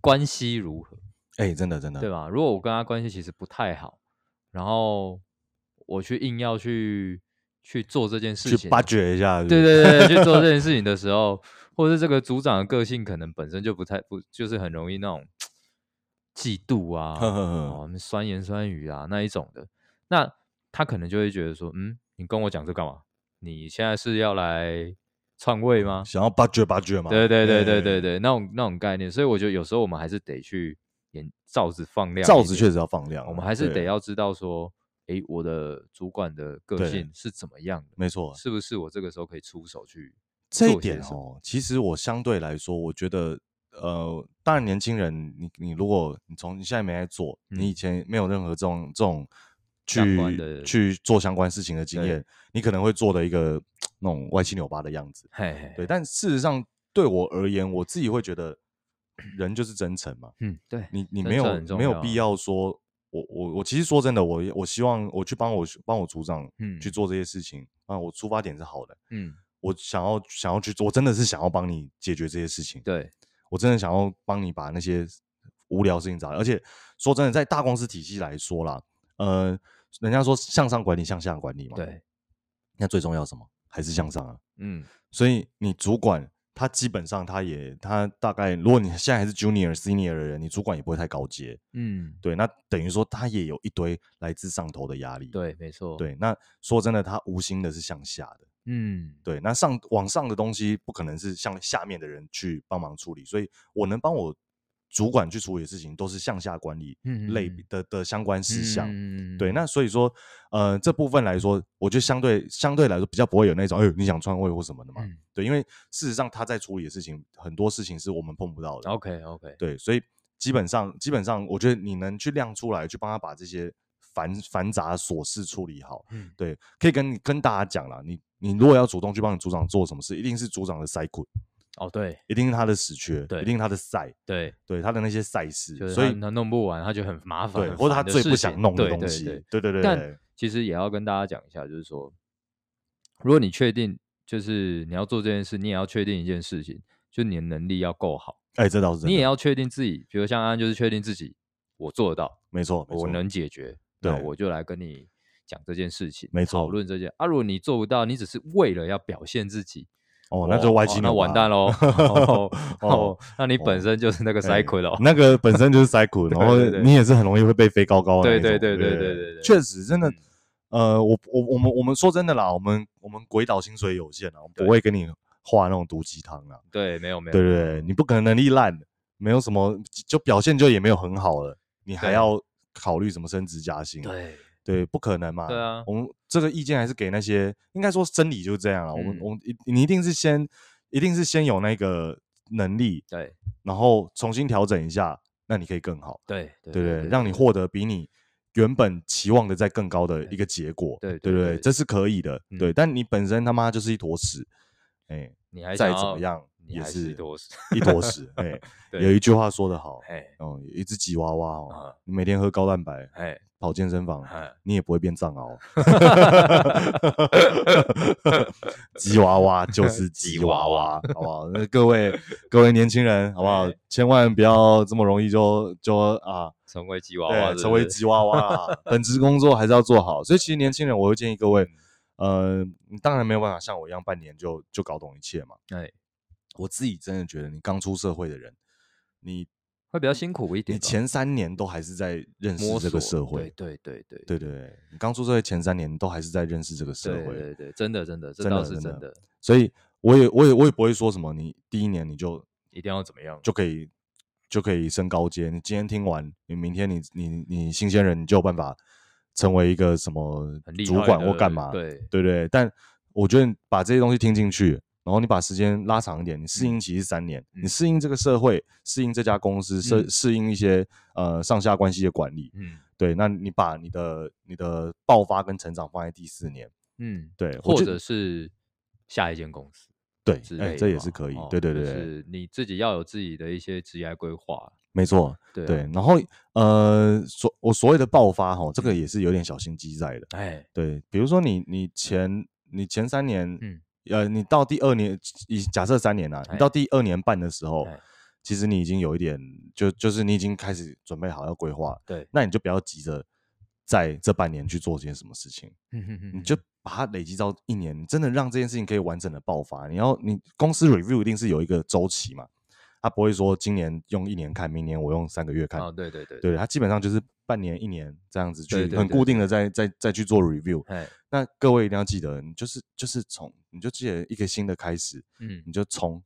关系如何。哎、真的真的，对吧？如果我跟他关系其实不太好，然后我去硬要去去做这件事去情，啊巴结一下，对不对对对，去做这件事情的时候，或者是这个组长的个性可能本身就不太不，就是很容易那种嫉妒啊，呵呵呵哦，酸言酸语啊那一种的，那他可能就会觉得说，嗯，你跟我讲这干嘛？你现在是要来篡 [LAUGHS] 位吗？想要八绝八绝嘛？对对对哎对对对，那种那种概念，所以我觉得有时候我们还是得去眼罩子放亮，罩子确实要放亮啊，我们还是对得要知道说，诶，我的主管的个对性是怎么样的，没错，是不是我这个时候可以出手去？这一做些点什哦，其实我相对来说，我觉得，呃，当然年轻人，你你如果你从你现在没在做，你以嗯前没有任何这种这种相关去的去做相关事情的经对验，你可能会做的一个那种歪七扭八的样子。嘿嘿，对，，但事实上对我而言，我自己会觉得，人就是真诚嘛，嗯，对，你你真没诚有很重没有要啊必要说。我我我其实说真的，我我希望我去帮我帮我组长嗯去做这些事情啊，我出发点是好的，嗯，我想要想要去做，我真的是想要帮你解决这些事情，对，我真的想要帮你把那些无聊事情找来。而且说真的，在大公司体系来说啦，呃，人家说向上管理，向下管理嘛，，对，那最重要什么？还是向上啊。嗯，所以你主管他基本上他也他大概，如果你现在还是 junior、senior 的人，你主管也不会太高阶，嗯，对，那等于说他也有一堆来自上头的压力，对，没错，，对。那说真的，他无心的是向下的。嗯，对，那上往上的东西不可能是向下面的人去帮忙处理，所以我能帮我主管去处理的事情，都是向下管理嗯类嗯的的相关事项。嗯对，那所以说，呃，这部分来说，我觉得相对相对来说比较不会有那种，哎呦，你想篡位或什么的嘛。嗯对，因为事实上他在处理的事情，很多事情是我们碰不到的。 ，OK OK，对，所以基本上基本上，我觉得你能去亮出来，去帮他把这些繁繁杂琐事处理好，嗯，对，可以跟你跟大家讲啦，你你如果要主动去帮你组长做什么事，一定是组长的赛库，哦，对一定是他的死缺，对一定是他的赛，对，对他的那些赛事就，是所他以他弄不完，他就很麻烦，对，很或者他烦的最事不想情弄的对东对西对，对对对但对，其实也要跟大家讲一下，就是说，如果你确定就是你要做这件事，你也要确定一件事情，就你的能力要够好，哎，这倒是真你也的，要确定自己，比如像安安就是确定自己我做得到，没错，没我错能解决，那对我就来跟你讲这件事情，没讨错论这件。啊，如果你做不到，你只是为了要表现自己，哦，那就歪七那扭八，，完蛋喽哦，那你 [LAUGHS] 哦本身就是那个哎 cycle 喽，那个本身就是赛库，然后对对你也是很容易会被飞高高的那对种，对对对对对对对确实真的嗯。呃，我我我们我们说真的啦，我们我们鬼岛薪水有限啊，我们不对会跟你画那种毒鸡汤啊。对，没有没有，对对对，你不可能能力烂，没有什么就表现就也没有很好了，你还对要考虑什么升职加薪？对对不可能嘛。对啊我们这个意见还是给那些，应该说真理就是这样了。我们嗯我们一你一定是先一定是先有那个能力，对然后重新调整一下，那你可以更好，对对对不对？让你获得比你。原本期望的再更高的一个结果，对对对不对这是可以的，嗯对。但你本身他妈就是一坨屎，哎，你还再想怎么要样你也还是一坨屎，一坨屎。 [LAUGHS] 哎，对有一句话说得好，哎哦，有一只吉娃娃哦啊，你每天喝高蛋白，哎跑健身房， [LAUGHS] 哎，你也不会变藏獒。 [LAUGHS] 吉娃娃就是吉娃娃，好不好？那各位各位年轻人，好不 [LAUGHS] 好对？千万不要这么容易就就啊，成为吉娃娃对，是不成为是吉娃娃啦。本职工作还是要做好。所以其实年轻人，我会建议各位，嗯呃，你当然没有办法像我一样半年就就搞懂一切嘛。哎我自己真的觉得，你刚出社会的人，你会比较辛苦一你点吧，前三年都还是在认识摸这个索社会，对对对对对对，你刚出社会前三年都还是在认识这个社对会，对对，真的真的，这真的倒是真的真的，所以我也我也我也不会说什么，你第一年你就一定要怎么样？就可以就可以升高阶，你今天听完，你明天你你你新鲜人，你就有办法成为一个什么很厉害主管的或干嘛，对，对不对？但我觉得把这些东西听进去，然后你把时间拉长一点，你适应期是三年，你嗯适应这个社会，适应这家公司，适嗯适应一些呃上下关系的管理，嗯对，那你把你的你的爆发跟成长放在第四年，嗯，对，我或觉者得是下一间公司对之，类哎，的这也嘛是可以哦，对对对就对，是你自己要有自己的一些职业规划，没错，对啊对。，然后呃，所我所谓的爆发哈，这个也是有点小心机在的，哎，对，比如说你你前你前三年，嗯呃，你到第二年，以假设三年啊，你哎到第二年半的时候哎，其实你已经有一点，就就是你已经开始准备好要规划，对，那你就不要急着在这半年去做些什么事情。你你就把它累积到一年，你真的让这件事情可以完整的爆发。你要你公司 review 一定是有一个周期嘛，他不会说今年用一年看，明年我用三个月看，啊，对对对，对，他基本上就是半年、一年这样子去对对很对固定的再再再去做 review。哎，那各位一定要记得，你就是就是从你就记得一个新的开始，嗯你就冲，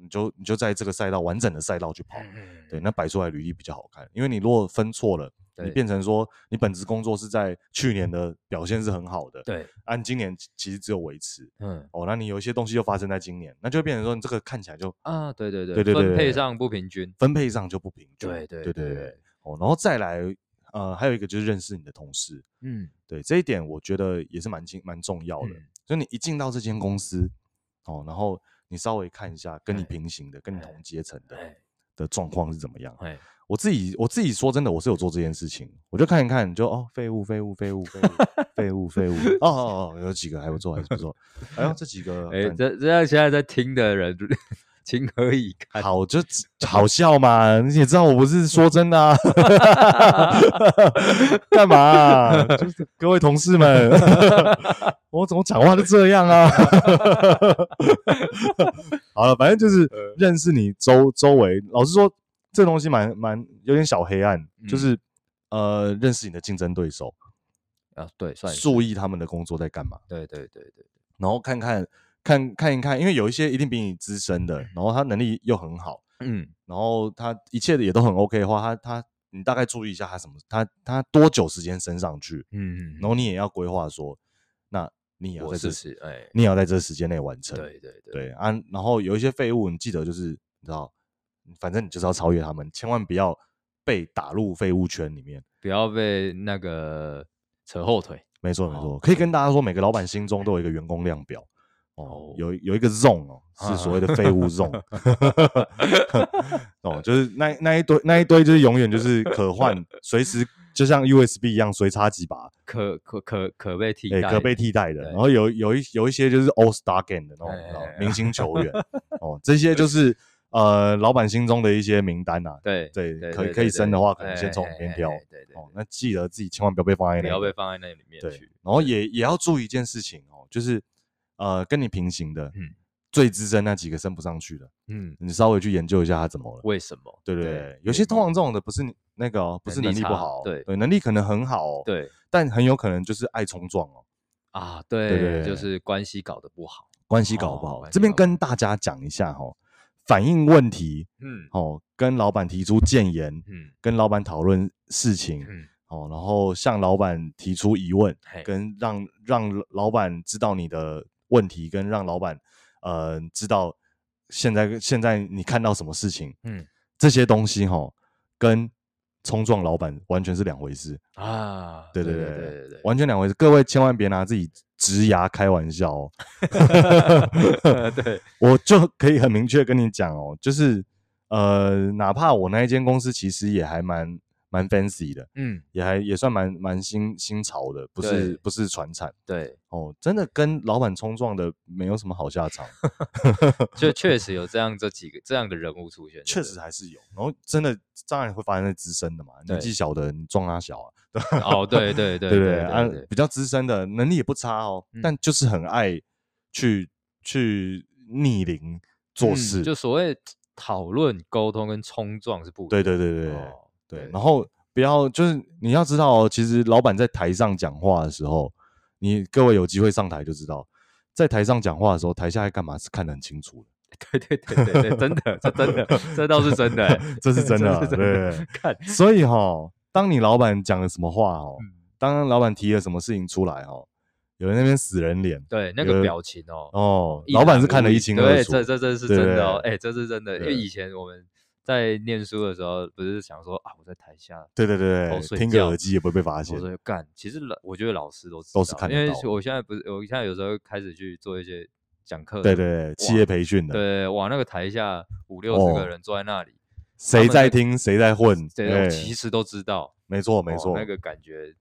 你就你就在这个赛道完整的赛道去跑，嗯对，那摆出来履历比较好看，因为你如果分错了。你对变成说，你本职工作是在去年的表现是很好的，对，按、你今年其其实只有维持嗯哦，那你有一些东西就发生在今年，那就会变成说你这个看起来就啊，对对对，对对对分配对上不平均，分配上就不平均，对对对对对对对哦，然后再来呃，还有一个就是认识你的同事，嗯，对这一点我觉得也是蛮重蛮重要的，嗯所以你一进到这间公司哦，然后你稍微看一下跟你哎平行的、跟你哎同阶层的哎的状况是怎么样，哎，我自己我自己说真的，我是有做这件事情，我就看一看，就哦，废物废物废物废物废物废物，哦哦哦，有几个还不错，还是不错。哎呦，这几个 [LAUGHS] 哎，感这这样现在在听的人 [LAUGHS] 情何以堪？好就好笑嘛，你也知道我不是说真的 [LAUGHS] 啊， [LAUGHS] 干嘛啊、就是各位同事们， [LAUGHS] 我怎么讲话就这样啊？ [LAUGHS] 好了，反正就是呃认识你周周围。老实说，这东西蛮蛮有点小黑暗，嗯就是呃，认识你的竞争对手，啊，对，算是，注意他们的工作在干嘛，对对对对，然后看看看看一看，因为有一些一定比你资深的，然后他能力又很好，嗯，然后他一切的也都很 OK 的话，他他你大概注意一下他什么，他他多久时间升上去，嗯，然后你也要规划说，那你也要我在试这试，哎，你也要在这时间内完成，对对对，对啊，然后有一些废物，你记得就是你知道，嗯反正你就是要超越他们，千万不要被打入废物圈里面。不要被那个扯后腿，没错没好错，可以跟大家说，每个老板心中都有一个员工量表哎哦哦，有有一个 zone 哦，是所谓的废物 zone 哦，就是那那一堆那一堆就是永远就是可换，随时就像 USB 一样随插几把，可可可可被替哎、代，可被替代的。对然后有有一有一些就是 All Star Game 的那种哎你知道哎哎明星球 [LAUGHS] 员哦，这些就是呃老板心中的一些名单呐、对对对，可以对可以对升的对话可能哎先从哎里面哎挑哎对对哦对，那记得自己千万不要被放在不那要里被。放在那里面对去，，然后也也要注意一件事情哦，就是呃跟你平行的，嗯最资深那几个升不上去的，嗯，你稍微去研究一下他怎么了。为什么？对对对，有些通常这种的不是你那个哦，不是嗯能能力力不差好哦，对对，能力可能很好哦，，对但很有可能就是爱冲撞哦。啊，对对，对就对是关系搞得不好，关系搞不哦好。关系这边搞不跟大家讲一下哈、哦，反映问题嗯哦，跟老板提出建言，嗯跟老板讨论事情嗯，哦，然后向老板提出疑问，嘿，跟让让老板知道你的问题，跟让老板呃知道现在现在你看到什么事情，嗯这些东西哈、哦，跟冲撞老板完全是两回事，啊，对对对对对对对，完全两回事。各位千万别拿自己职涯开玩笑哦。 [LAUGHS] 对，我就可以很明确跟你讲哦，就是呃，哪怕我那一间公司其实也还蛮蛮 fancy 的，嗯也还也算蛮蛮新新潮的，不对是不是传产对，哦，真的跟老板冲撞的没有什么好下 [LAUGHS] 场，就确实有这样这几个这样的人物出现， [LAUGHS] 确实还是有，然后真的当然会发生在资深的嘛，对年纪小的你撞他小啊，对不对哦，对对 [LAUGHS] 对对不对啊对，比较资深的能力也不差哦，嗯但就是很爱去去逆龄做嗯事，就所谓讨论、沟通跟冲撞是不一对样对对对对。哦对，然后不要就是你要知道、哦，其实老板在台上讲话的时候，你各位有机会上台就知道，在台上讲话的时候，台下在干嘛是看得很清楚的。，对 [LAUGHS] 对对对对，真的，这真的，这倒是真的欸 [LAUGHS] 这是真的啊 [LAUGHS] 这是真对的对。看，所以哈、当你老板讲了什么话哦，嗯当老板提了什么事情出来哦，有人那边死人脸对那有个人表情哦，哦，一老板览是看无得遗一清对，二楚。这这这是对真的对哦，哎，这是真的，因为对以前我们在念书的时候，不是想说啊，我在台下，对对对偷对哦睡听个觉哦耳机也不会被发现我。说干，其实老我觉得老师都知都是道看得因为到的我现在不是，我现在有时候开始去做一些讲课，对对对，企业培训的，对，哇，那个台下五六十个哦人坐在那里，谁们在在听谁在混，对，我对，其实都知道，没错没哦错那，个感觉，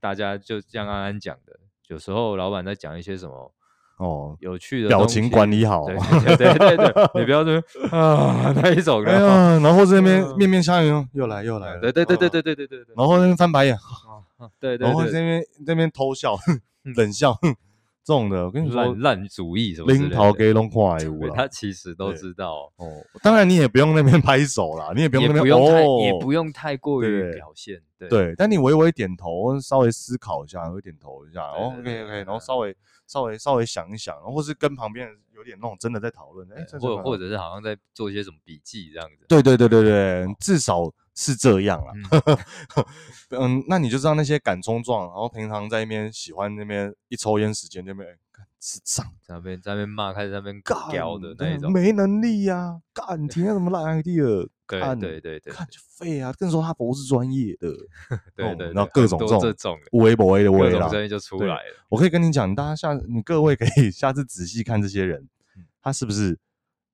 大家就像安安讲的，有时候老板在讲一些什么哦，有趣的表东情西管理哦好 [LAUGHS] 对对对对对对，你不要说啊那一种哎的，呀，然后这边嗯面面相觑，又来又来了，对对对对嗯，对对对对对，然后那边翻白眼，啊对对嗯然后对这 [LAUGHS] 对，边那边偷笑，哼冷笑，哼这种的，我跟你说烂，烂主意什么之拎类头的给弄垮有对啦。他其实都对知道，哦，当然你也不用那边拍手啦，你也不用也那不边用太、哦，也不用太过对于对表现，对对，但你微微点头，稍微思考一下，微点头一下，对然后 OK 对对 OK，对然后对稍微稍微稍微想一想，然后或是跟旁边人有点那种真的在讨论，哎，这怎或么或者是好像在做一些什么笔记这样子，对对对对对，至少是这样啦。嗯， [LAUGHS] 嗯，那你就知道那些敢冲撞，然后平常在那边喜欢那边一抽烟时间那边哎干智障在那边在那边骂，开始在那边干屌的真那一种，没能力呀，干提那什么烂 [LAUGHS] idea，对干对对对看就废啊，更说他不是专业的，对哦对，然后对各很种多这这种种无微不微的各微种啦。声音就出对来了，我可以跟你讲，大家下你各位可以 [LAUGHS] 下次仔细看这些人嗯，他是不是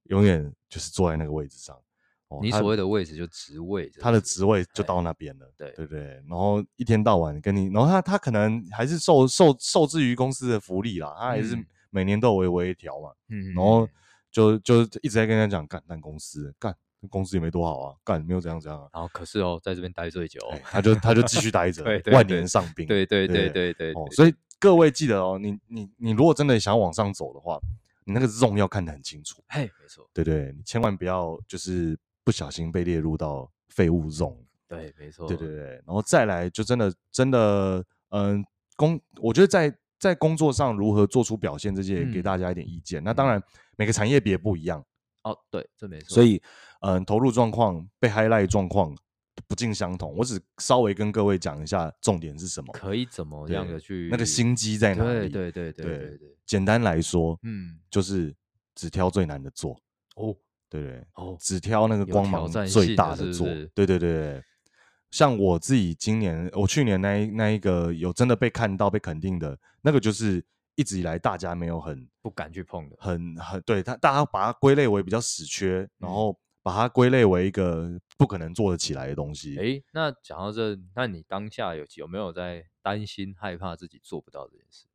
永远就是坐在那个位置上？哦你他所谓的位置就职位这样子，他的职位就哎到那边了，对对不对？然后一天到晚跟你，然后他他可能还是受受受制于公司的福利啦，他还是嗯每年都有微微调嘛，嗯，嗯，然后嗯就就一直在跟人家讲干干公司干公司也没多好啊，干没有怎样怎样啊，然后可是哦，在这边待最久哦，哎他就他就继续 [LAUGHS] 待着对，对万对年上宾，对对对对对对，哦，对所以各位记得哦，你你你如果真的想要往上走的话，你那个 zone 要看得很清楚，嘿，没错，对不对？你千万不要就是不小心被列入到废物 zone。对没错，对对对，然后再来就真的真的，嗯，工，我觉得在在工作上如何做出表现，这些也给嗯大家一点意见。那嗯当然，每个产业别不一样，哦，对，这没错，所以嗯，投入状况、被 highlight 状况不尽相同。我只稍微跟各位讲一下重点是什么，可以怎么样对的去那个心机在哪里？对对对对对对，简单来说，嗯，就是只挑最难的做，哦对不对？哦，只挑那个有光挑芒战最性的大是的不做。是对对对对，像我自己今年，我去年那一那一个有真的被看到、被肯定的那个，就是一直以来大家没有很不敢去 [LAUGHS] 碰的，很很对他，大家把它归类为比较死缺，然嗯后把它归类为一个不可能做得起来的东西。诶，那讲到这，那你当下有有没有在担心、害怕自己做不到这件事？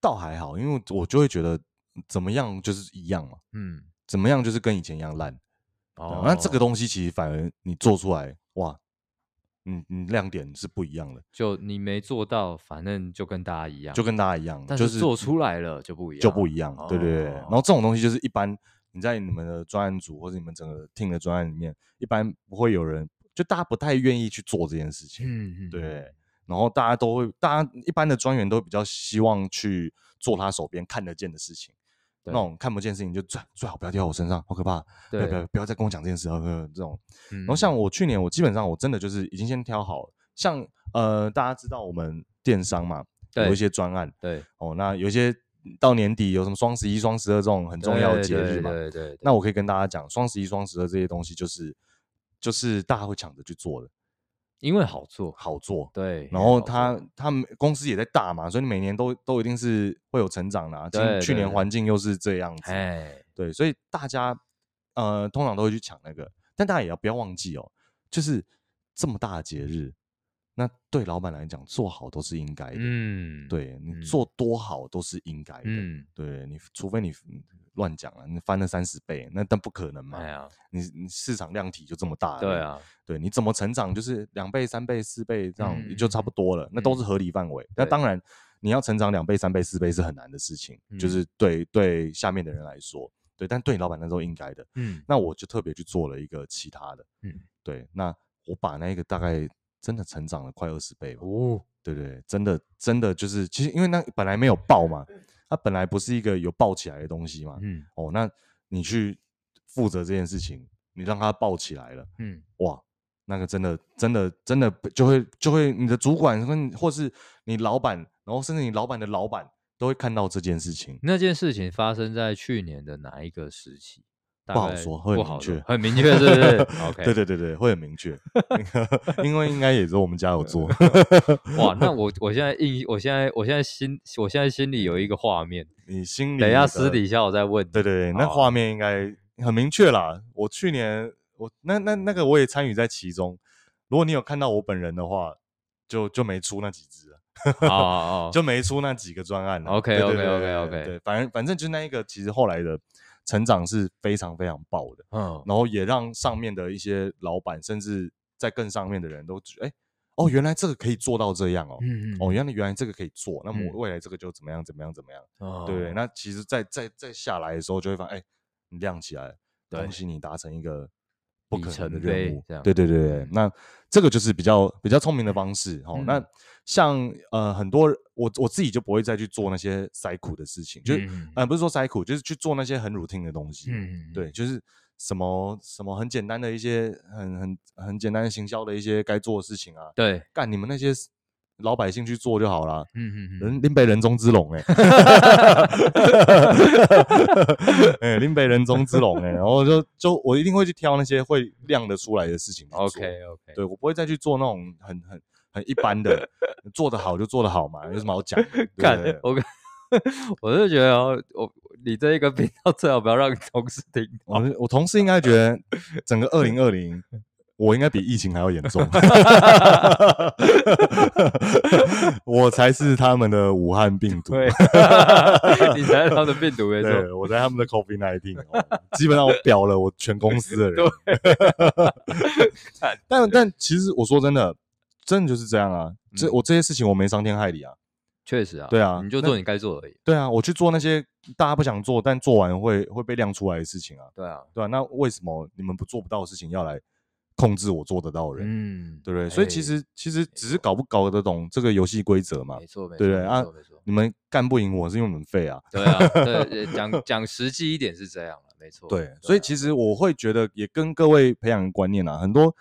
倒还好，因为我就会觉得怎么样就是一样嘛，嗯，怎么样就是跟以前一样烂。对啊哦，那这个东西其实反而你做出来，哇，你你亮点是不一样的，就你没做到，反正就跟大家一样，就跟大家一样，但就是做出来了就不一样，就不一样，对对对。然后哦这种东西就是一般你在你们的专案组或者你们整个 team 的专案里面，一般不会有人，就大家不太愿意去做这件事情，嗯，嗯对，。然后大家都会，大家一般的专员都比较希望去做他手边看得见的事情，那对种看不见的事情就最最好不要掉我身上，好可怕，不要对嗯不要不要再跟我讲这件事，呃呃这种然然后像我去年，我基本上我真的就是已经先挑好了，像呃，大家知道我们电商嘛，有一对些专案对哦，那有一些到年底有什么双十一、双十二这种很重要的对节日对嘛，对对，那我可以跟大家讲，双十一、双十二这些东西就是就是大家会抢着去做的，因为好做，好做。然对，因为后好他做他们公司也在大嘛，所以你每年都都一定是会有成长的、啊。今对去对年对环境又是这样子，哎，对，所以大家呃通常都会去抢那个，但大家也要不要忘记哦，就是这么大的节日，那对老板来讲做好都是应该的，嗯，对你嗯做多好都是应该的，嗯，对你除非你嗯乱讲了，你翻了三十倍，那但不可能嘛，哎呀，你你市场量体就这么大，对，啊，对，你怎么成长就是两倍、三倍、四倍这样也就差不多了，那都嗯是合理范围，那对当然。你要成长两倍、三倍、四倍是很难的事情，就嗯是对对下面的人来说，对，但对你老板那时候应该的，嗯，那我就特别去做了一个其他的，嗯，对，那我把那一个大概真的成长了快二十倍吧，哦，对对对，真的真的就是，其实因为那本来没有爆嘛，它本来不是一个有爆起来的东西嘛，嗯哦，那你去负责这件事情，你让它爆起来了，嗯，哇，那个真的真的真的就会就会你的主管跟或是你老板，然后甚至你老板的老板都会看到这件事情，那件事情发生在去年的哪一个时期？大不好概说会很不明好确说，很明确，是不 [LAUGHS] 是？OK，对对对对，会很明确， [LAUGHS] 因为应该也是我们家有做，哇， [LAUGHS] 那我我现在印，我现在我现在心，我现在心里有一个 [LAUGHS] 画面，你心里等一下的私底下我再问你。对对对，那好啊画面应该很明确啦。我去年我那那那个我也参与在其中，如果你有看到我本人的话，就就没出那几只了，好，好好，就没出那几个专案了。哦 OK，对对 OK，对 OK，对 OK 对，反正反正就那一个，其实后来的成长是非常非常爆的，嗯，然后也让上面的一些老板，甚至在更上面的人都觉得，哎哦，原来这个可以做到这样哦，嗯哦，原来原来这个可以做，那么嗯我未来这个就怎么样怎么样怎么样，哦对不对？那其实再再再下来的时候，就会发现，哎，你亮起来了，对恭喜你达成一个不里可能的程任碑务这。样对对对对嗯，那这个就是比较比较聪明的方 [LAUGHS] 式哦。那嗯像呃很多我我自己就不会再去做那些塞苦的事情，就是嗯呃不是说塞苦，就是去做那些很 routine 的东西。嗯，对，就是什么什么很简单的一些很很很简单的行销的一些该做的事情啊，对，干你们那些老百姓去做就好啦。嗯嗯 [LAUGHS] 嗯，人林北人中之龙哎、哎、林北人中之龙哎、然后就就我一定会去挑那些会亮得出来的事情去做 OK OK，对我不会再去做那种很很很一般的，做得好就做得好嘛，有什么好讲的？对不 [LAUGHS] 干对我跟我就觉得哦，我你这一个频道最好不要让同事 [LAUGHS] 听到。我我同事应该觉得整个二零二零，我应该比疫情还要严 [LAUGHS] 重， [LAUGHS] 我才是他们的武汉病毒。对，你才是他的病毒没错。对，我在他们的 COVID nineteen，、哦、基本上我表了我全公司的人。 [LAUGHS] 但但其实我说真的，真的就是这样啊。这、嗯我这些事情我没伤天害理啊。确实啊，对啊你就那做你该做的而已。对啊，我去做那些大家不想做但做完会会被亮出来的事情啊。对啊，对啊，那为什么你们不做不到的事情要来控制我做得到的人？嗯，对不对？所以哎其实其实只是搞不搞得懂这个游戏规则嘛没。错没错，对不对没啊错没错，你们干不赢我是因为你们废啊。对啊，对，呃 [LAUGHS] 讲讲实际一点是这样了，没错。啊对，所以其实我会觉得，也跟各位培养观念啊，很多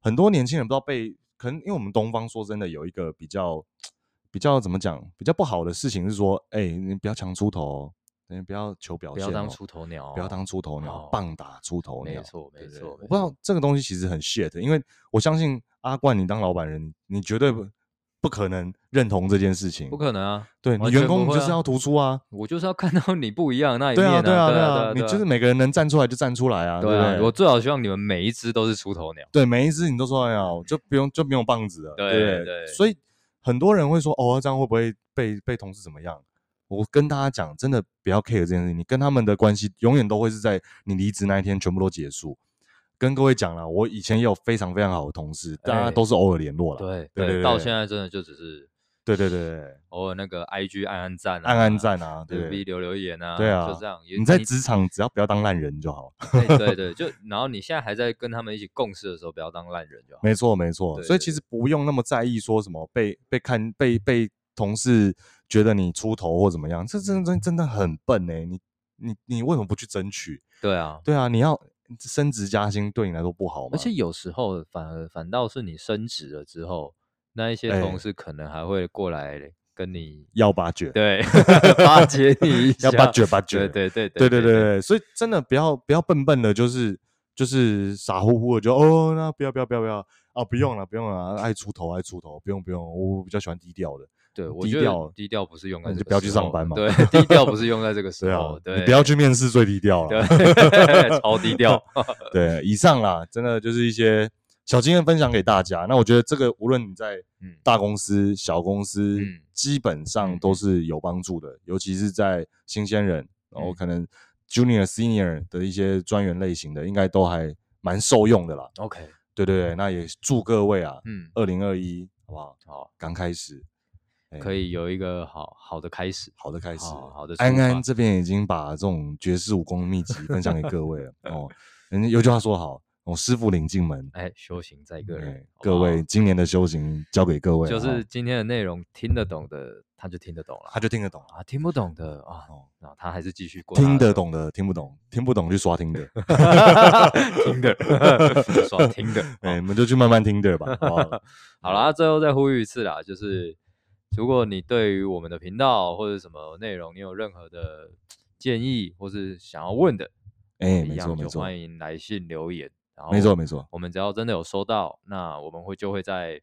很多年轻人不知道被，可能因为我们东方说真的有一个比较比较怎么讲，比较不好的事情是说，哎、你不要强出头哦，你不要求表不现、要哦，当出头鸟，不要当出头鸟，哦棒打出头鸟，没错对没不对错，我没不知道错这个东西其实很 shit，因为我相信阿冠，你当老板人，你绝对不不可能认同这件事情，不可能啊，对你完全员工你不会就是啊要突出啊。我就是要看到你不一样的那一对面啊，对啊对啊，啊，你对啊就是每个人能站出来就站出来啊，对对不啊，对？我最好希望你们每一只都是出头鸟。对，每一只你都说哎呀，我就不用就没有棒子了，对对不对所以很多人会说，哦，这样会不会被被同事怎么样？我跟大家讲，真的不要 care 这件事情，你跟他们的关系永远都会是在你离职那一天全部都结束。跟各位讲了，我以前也有非常非常好的同事，大家哎都是偶尔联络了，对对对到对现在真的就只是对对对对，偶尔那个 IG 按按赞、啊，按按，赞啊，对不 FB 对？留留言啊，对啊就这样。也你在你职场只要不要当烂人就好。哎 [LAUGHS] 对对，就然后你现在还在跟他们一起共事的时候，不要当烂人就好。没错，没错。对所以对其实不用那么在意说什么被被看被被同事觉得你出头或怎么样，这真真真的很笨呢、你你你为什么不去争取？对啊，对啊，你要升职加薪对你来说不好吗？而且有时候反而反倒是你升职了之后，那一些哎同事可能还会过来跟你、要巴结，对 [LAUGHS] 巴结你一 [LAUGHS] 下，要巴结巴结，对对对对对对对对。所以真的不要不要笨笨的，就是就是傻乎乎的就哦，那不要不要不要不要啊，不用了不用了，爱出头爱出头，不用不用，我比较喜欢低调的。对，我低觉得调低调不是用那在你就这个不要去时上候班嘛 [LAUGHS] 对，低调不是用在这个时对啊候，，你哦对，不要去面试最低调了。对， [LAUGHS] 超 [LAUGHS] 低调。 [LAUGHS] 对，以上啦，真的就是一些小经验分享给大家。那我觉得这个无论你在嗯大公司、小公司，嗯基本上都是有帮助的，尤其是在新鲜人，然后嗯可能 junior、senior 的一些专员类型的，应该都还蛮受用的啦。 OK，对对对，那也祝各位啊，嗯，二零二一好不好？好，刚开始，哎可以有一个好好的开始。好的开始，好好的出安发安这边已经把这种绝世武功秘籍分享给各位 [LAUGHS] 了哦。人家有句话说得好，哦，师傅领进门，哎，修行在个对人，好哎各不好位，今年的修行交给各位了嗯就哈，是今天的内容听得懂的，他就听得懂了他就听得懂了，啊，听不懂的啊哦，那他还是继续过他的听得懂的听不懂，听不懂去刷听的， [LAUGHS] [LAUGHS] 听的， [LAUGHS] 爽听的。哎，你们就去慢慢听的吧，好不 [LAUGHS] 好好啦，最后再呼吁一次啦，就是如果你对于我们的频道或者什么内容，你有任何的建议或是想要问的，哎，一没错样没就错，欢迎来信留言。然后没错没错，我们只要真的有收到，那我们会就会在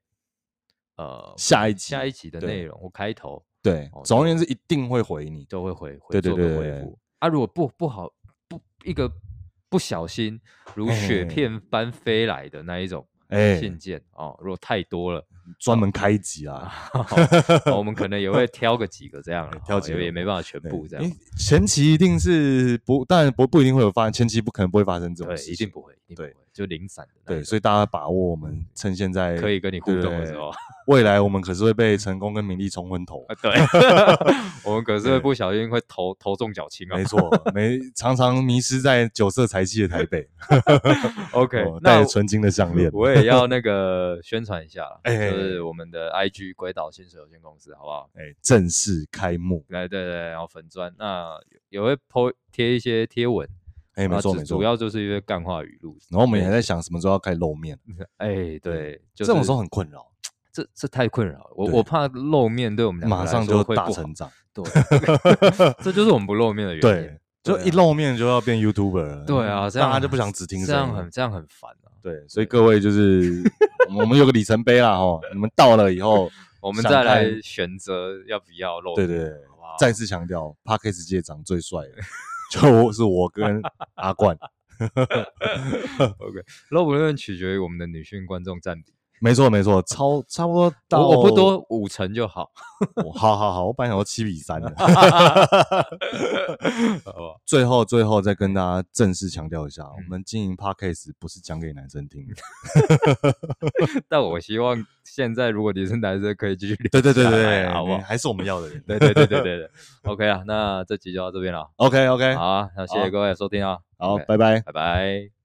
呃下一集下一集的对内容或开头对哦，总而言之一定会回你，都会回回对对做个对回复。啊，如果不不好不一个不小心如哎雪片般飞来的那一种哎信件、哦，如果太多了，专门开一集啊，我们可能也会挑个几个这样啦， [LAUGHS] 挑哦几也个也没办法全对部这因样为，前期一定是不，但不不一定会有发生，前期不可能不会发生这种对事，情，一定不会，一定不对会，就零散的那一对，种，所以大家把握我们趁现在可以跟你互动的时候，，对未来我们可是会被成功跟名利冲昏 [LAUGHS] 头啊，，对，我们可是会不小心会头头重脚轻啊没。错，没常常迷失在酒色财气的台 [LAUGHS] 北， OK，哦戴那着纯金的项链，我也要那个宣传一下啦，就哎是我们的 IG 鬼岛薪水有限公司，好不好？哎，正式开幕，来，对对，对然后粉砖那也会 po 贴一些贴文，哎，没啊错主没错，主要就是一些干话语录。然后我们也还对在想什么时候要开露面，哎，对，就这种是时候很困扰，这这太困扰了，我对我怕露面对我们两个马来上说就会大不好 [LAUGHS] 成长，对，这就是我们不露面的原因。对，就对一啊露面就要变 YouTuber，了 [LAUGHS] 对啊，这样大家就很不想只听这声样音很这样很烦啊。对，所以各位就是我们有个里程碑啦吼，你们到了以 [LAUGHS] 后，我们想再来看选择要不要露对面，对对好不好？再次强调 p a r k e s 界长最帅的 [LAUGHS] 就是我跟阿冠， OK，露不露面取决于我们的女性观众占比，没错没错，超差不多到我我不，多五成就好， [LAUGHS] 我好好好，我本来想说七比三的， [LAUGHS] 好不好？ [LAUGHS] 最后最后再跟大家正式强调一下，我们经营 p a r k e s 不是讲给男生听的，但我希望现在如果女生男生可以继续对对对 [LAUGHS] 留下对来对，好不好？哎还是我们要的人，对对对对对对，OK 啊，那这集就到这边了， ，OK OK，好啊，那谢谢好各位的收听啊，好 OK，，拜拜。拜拜。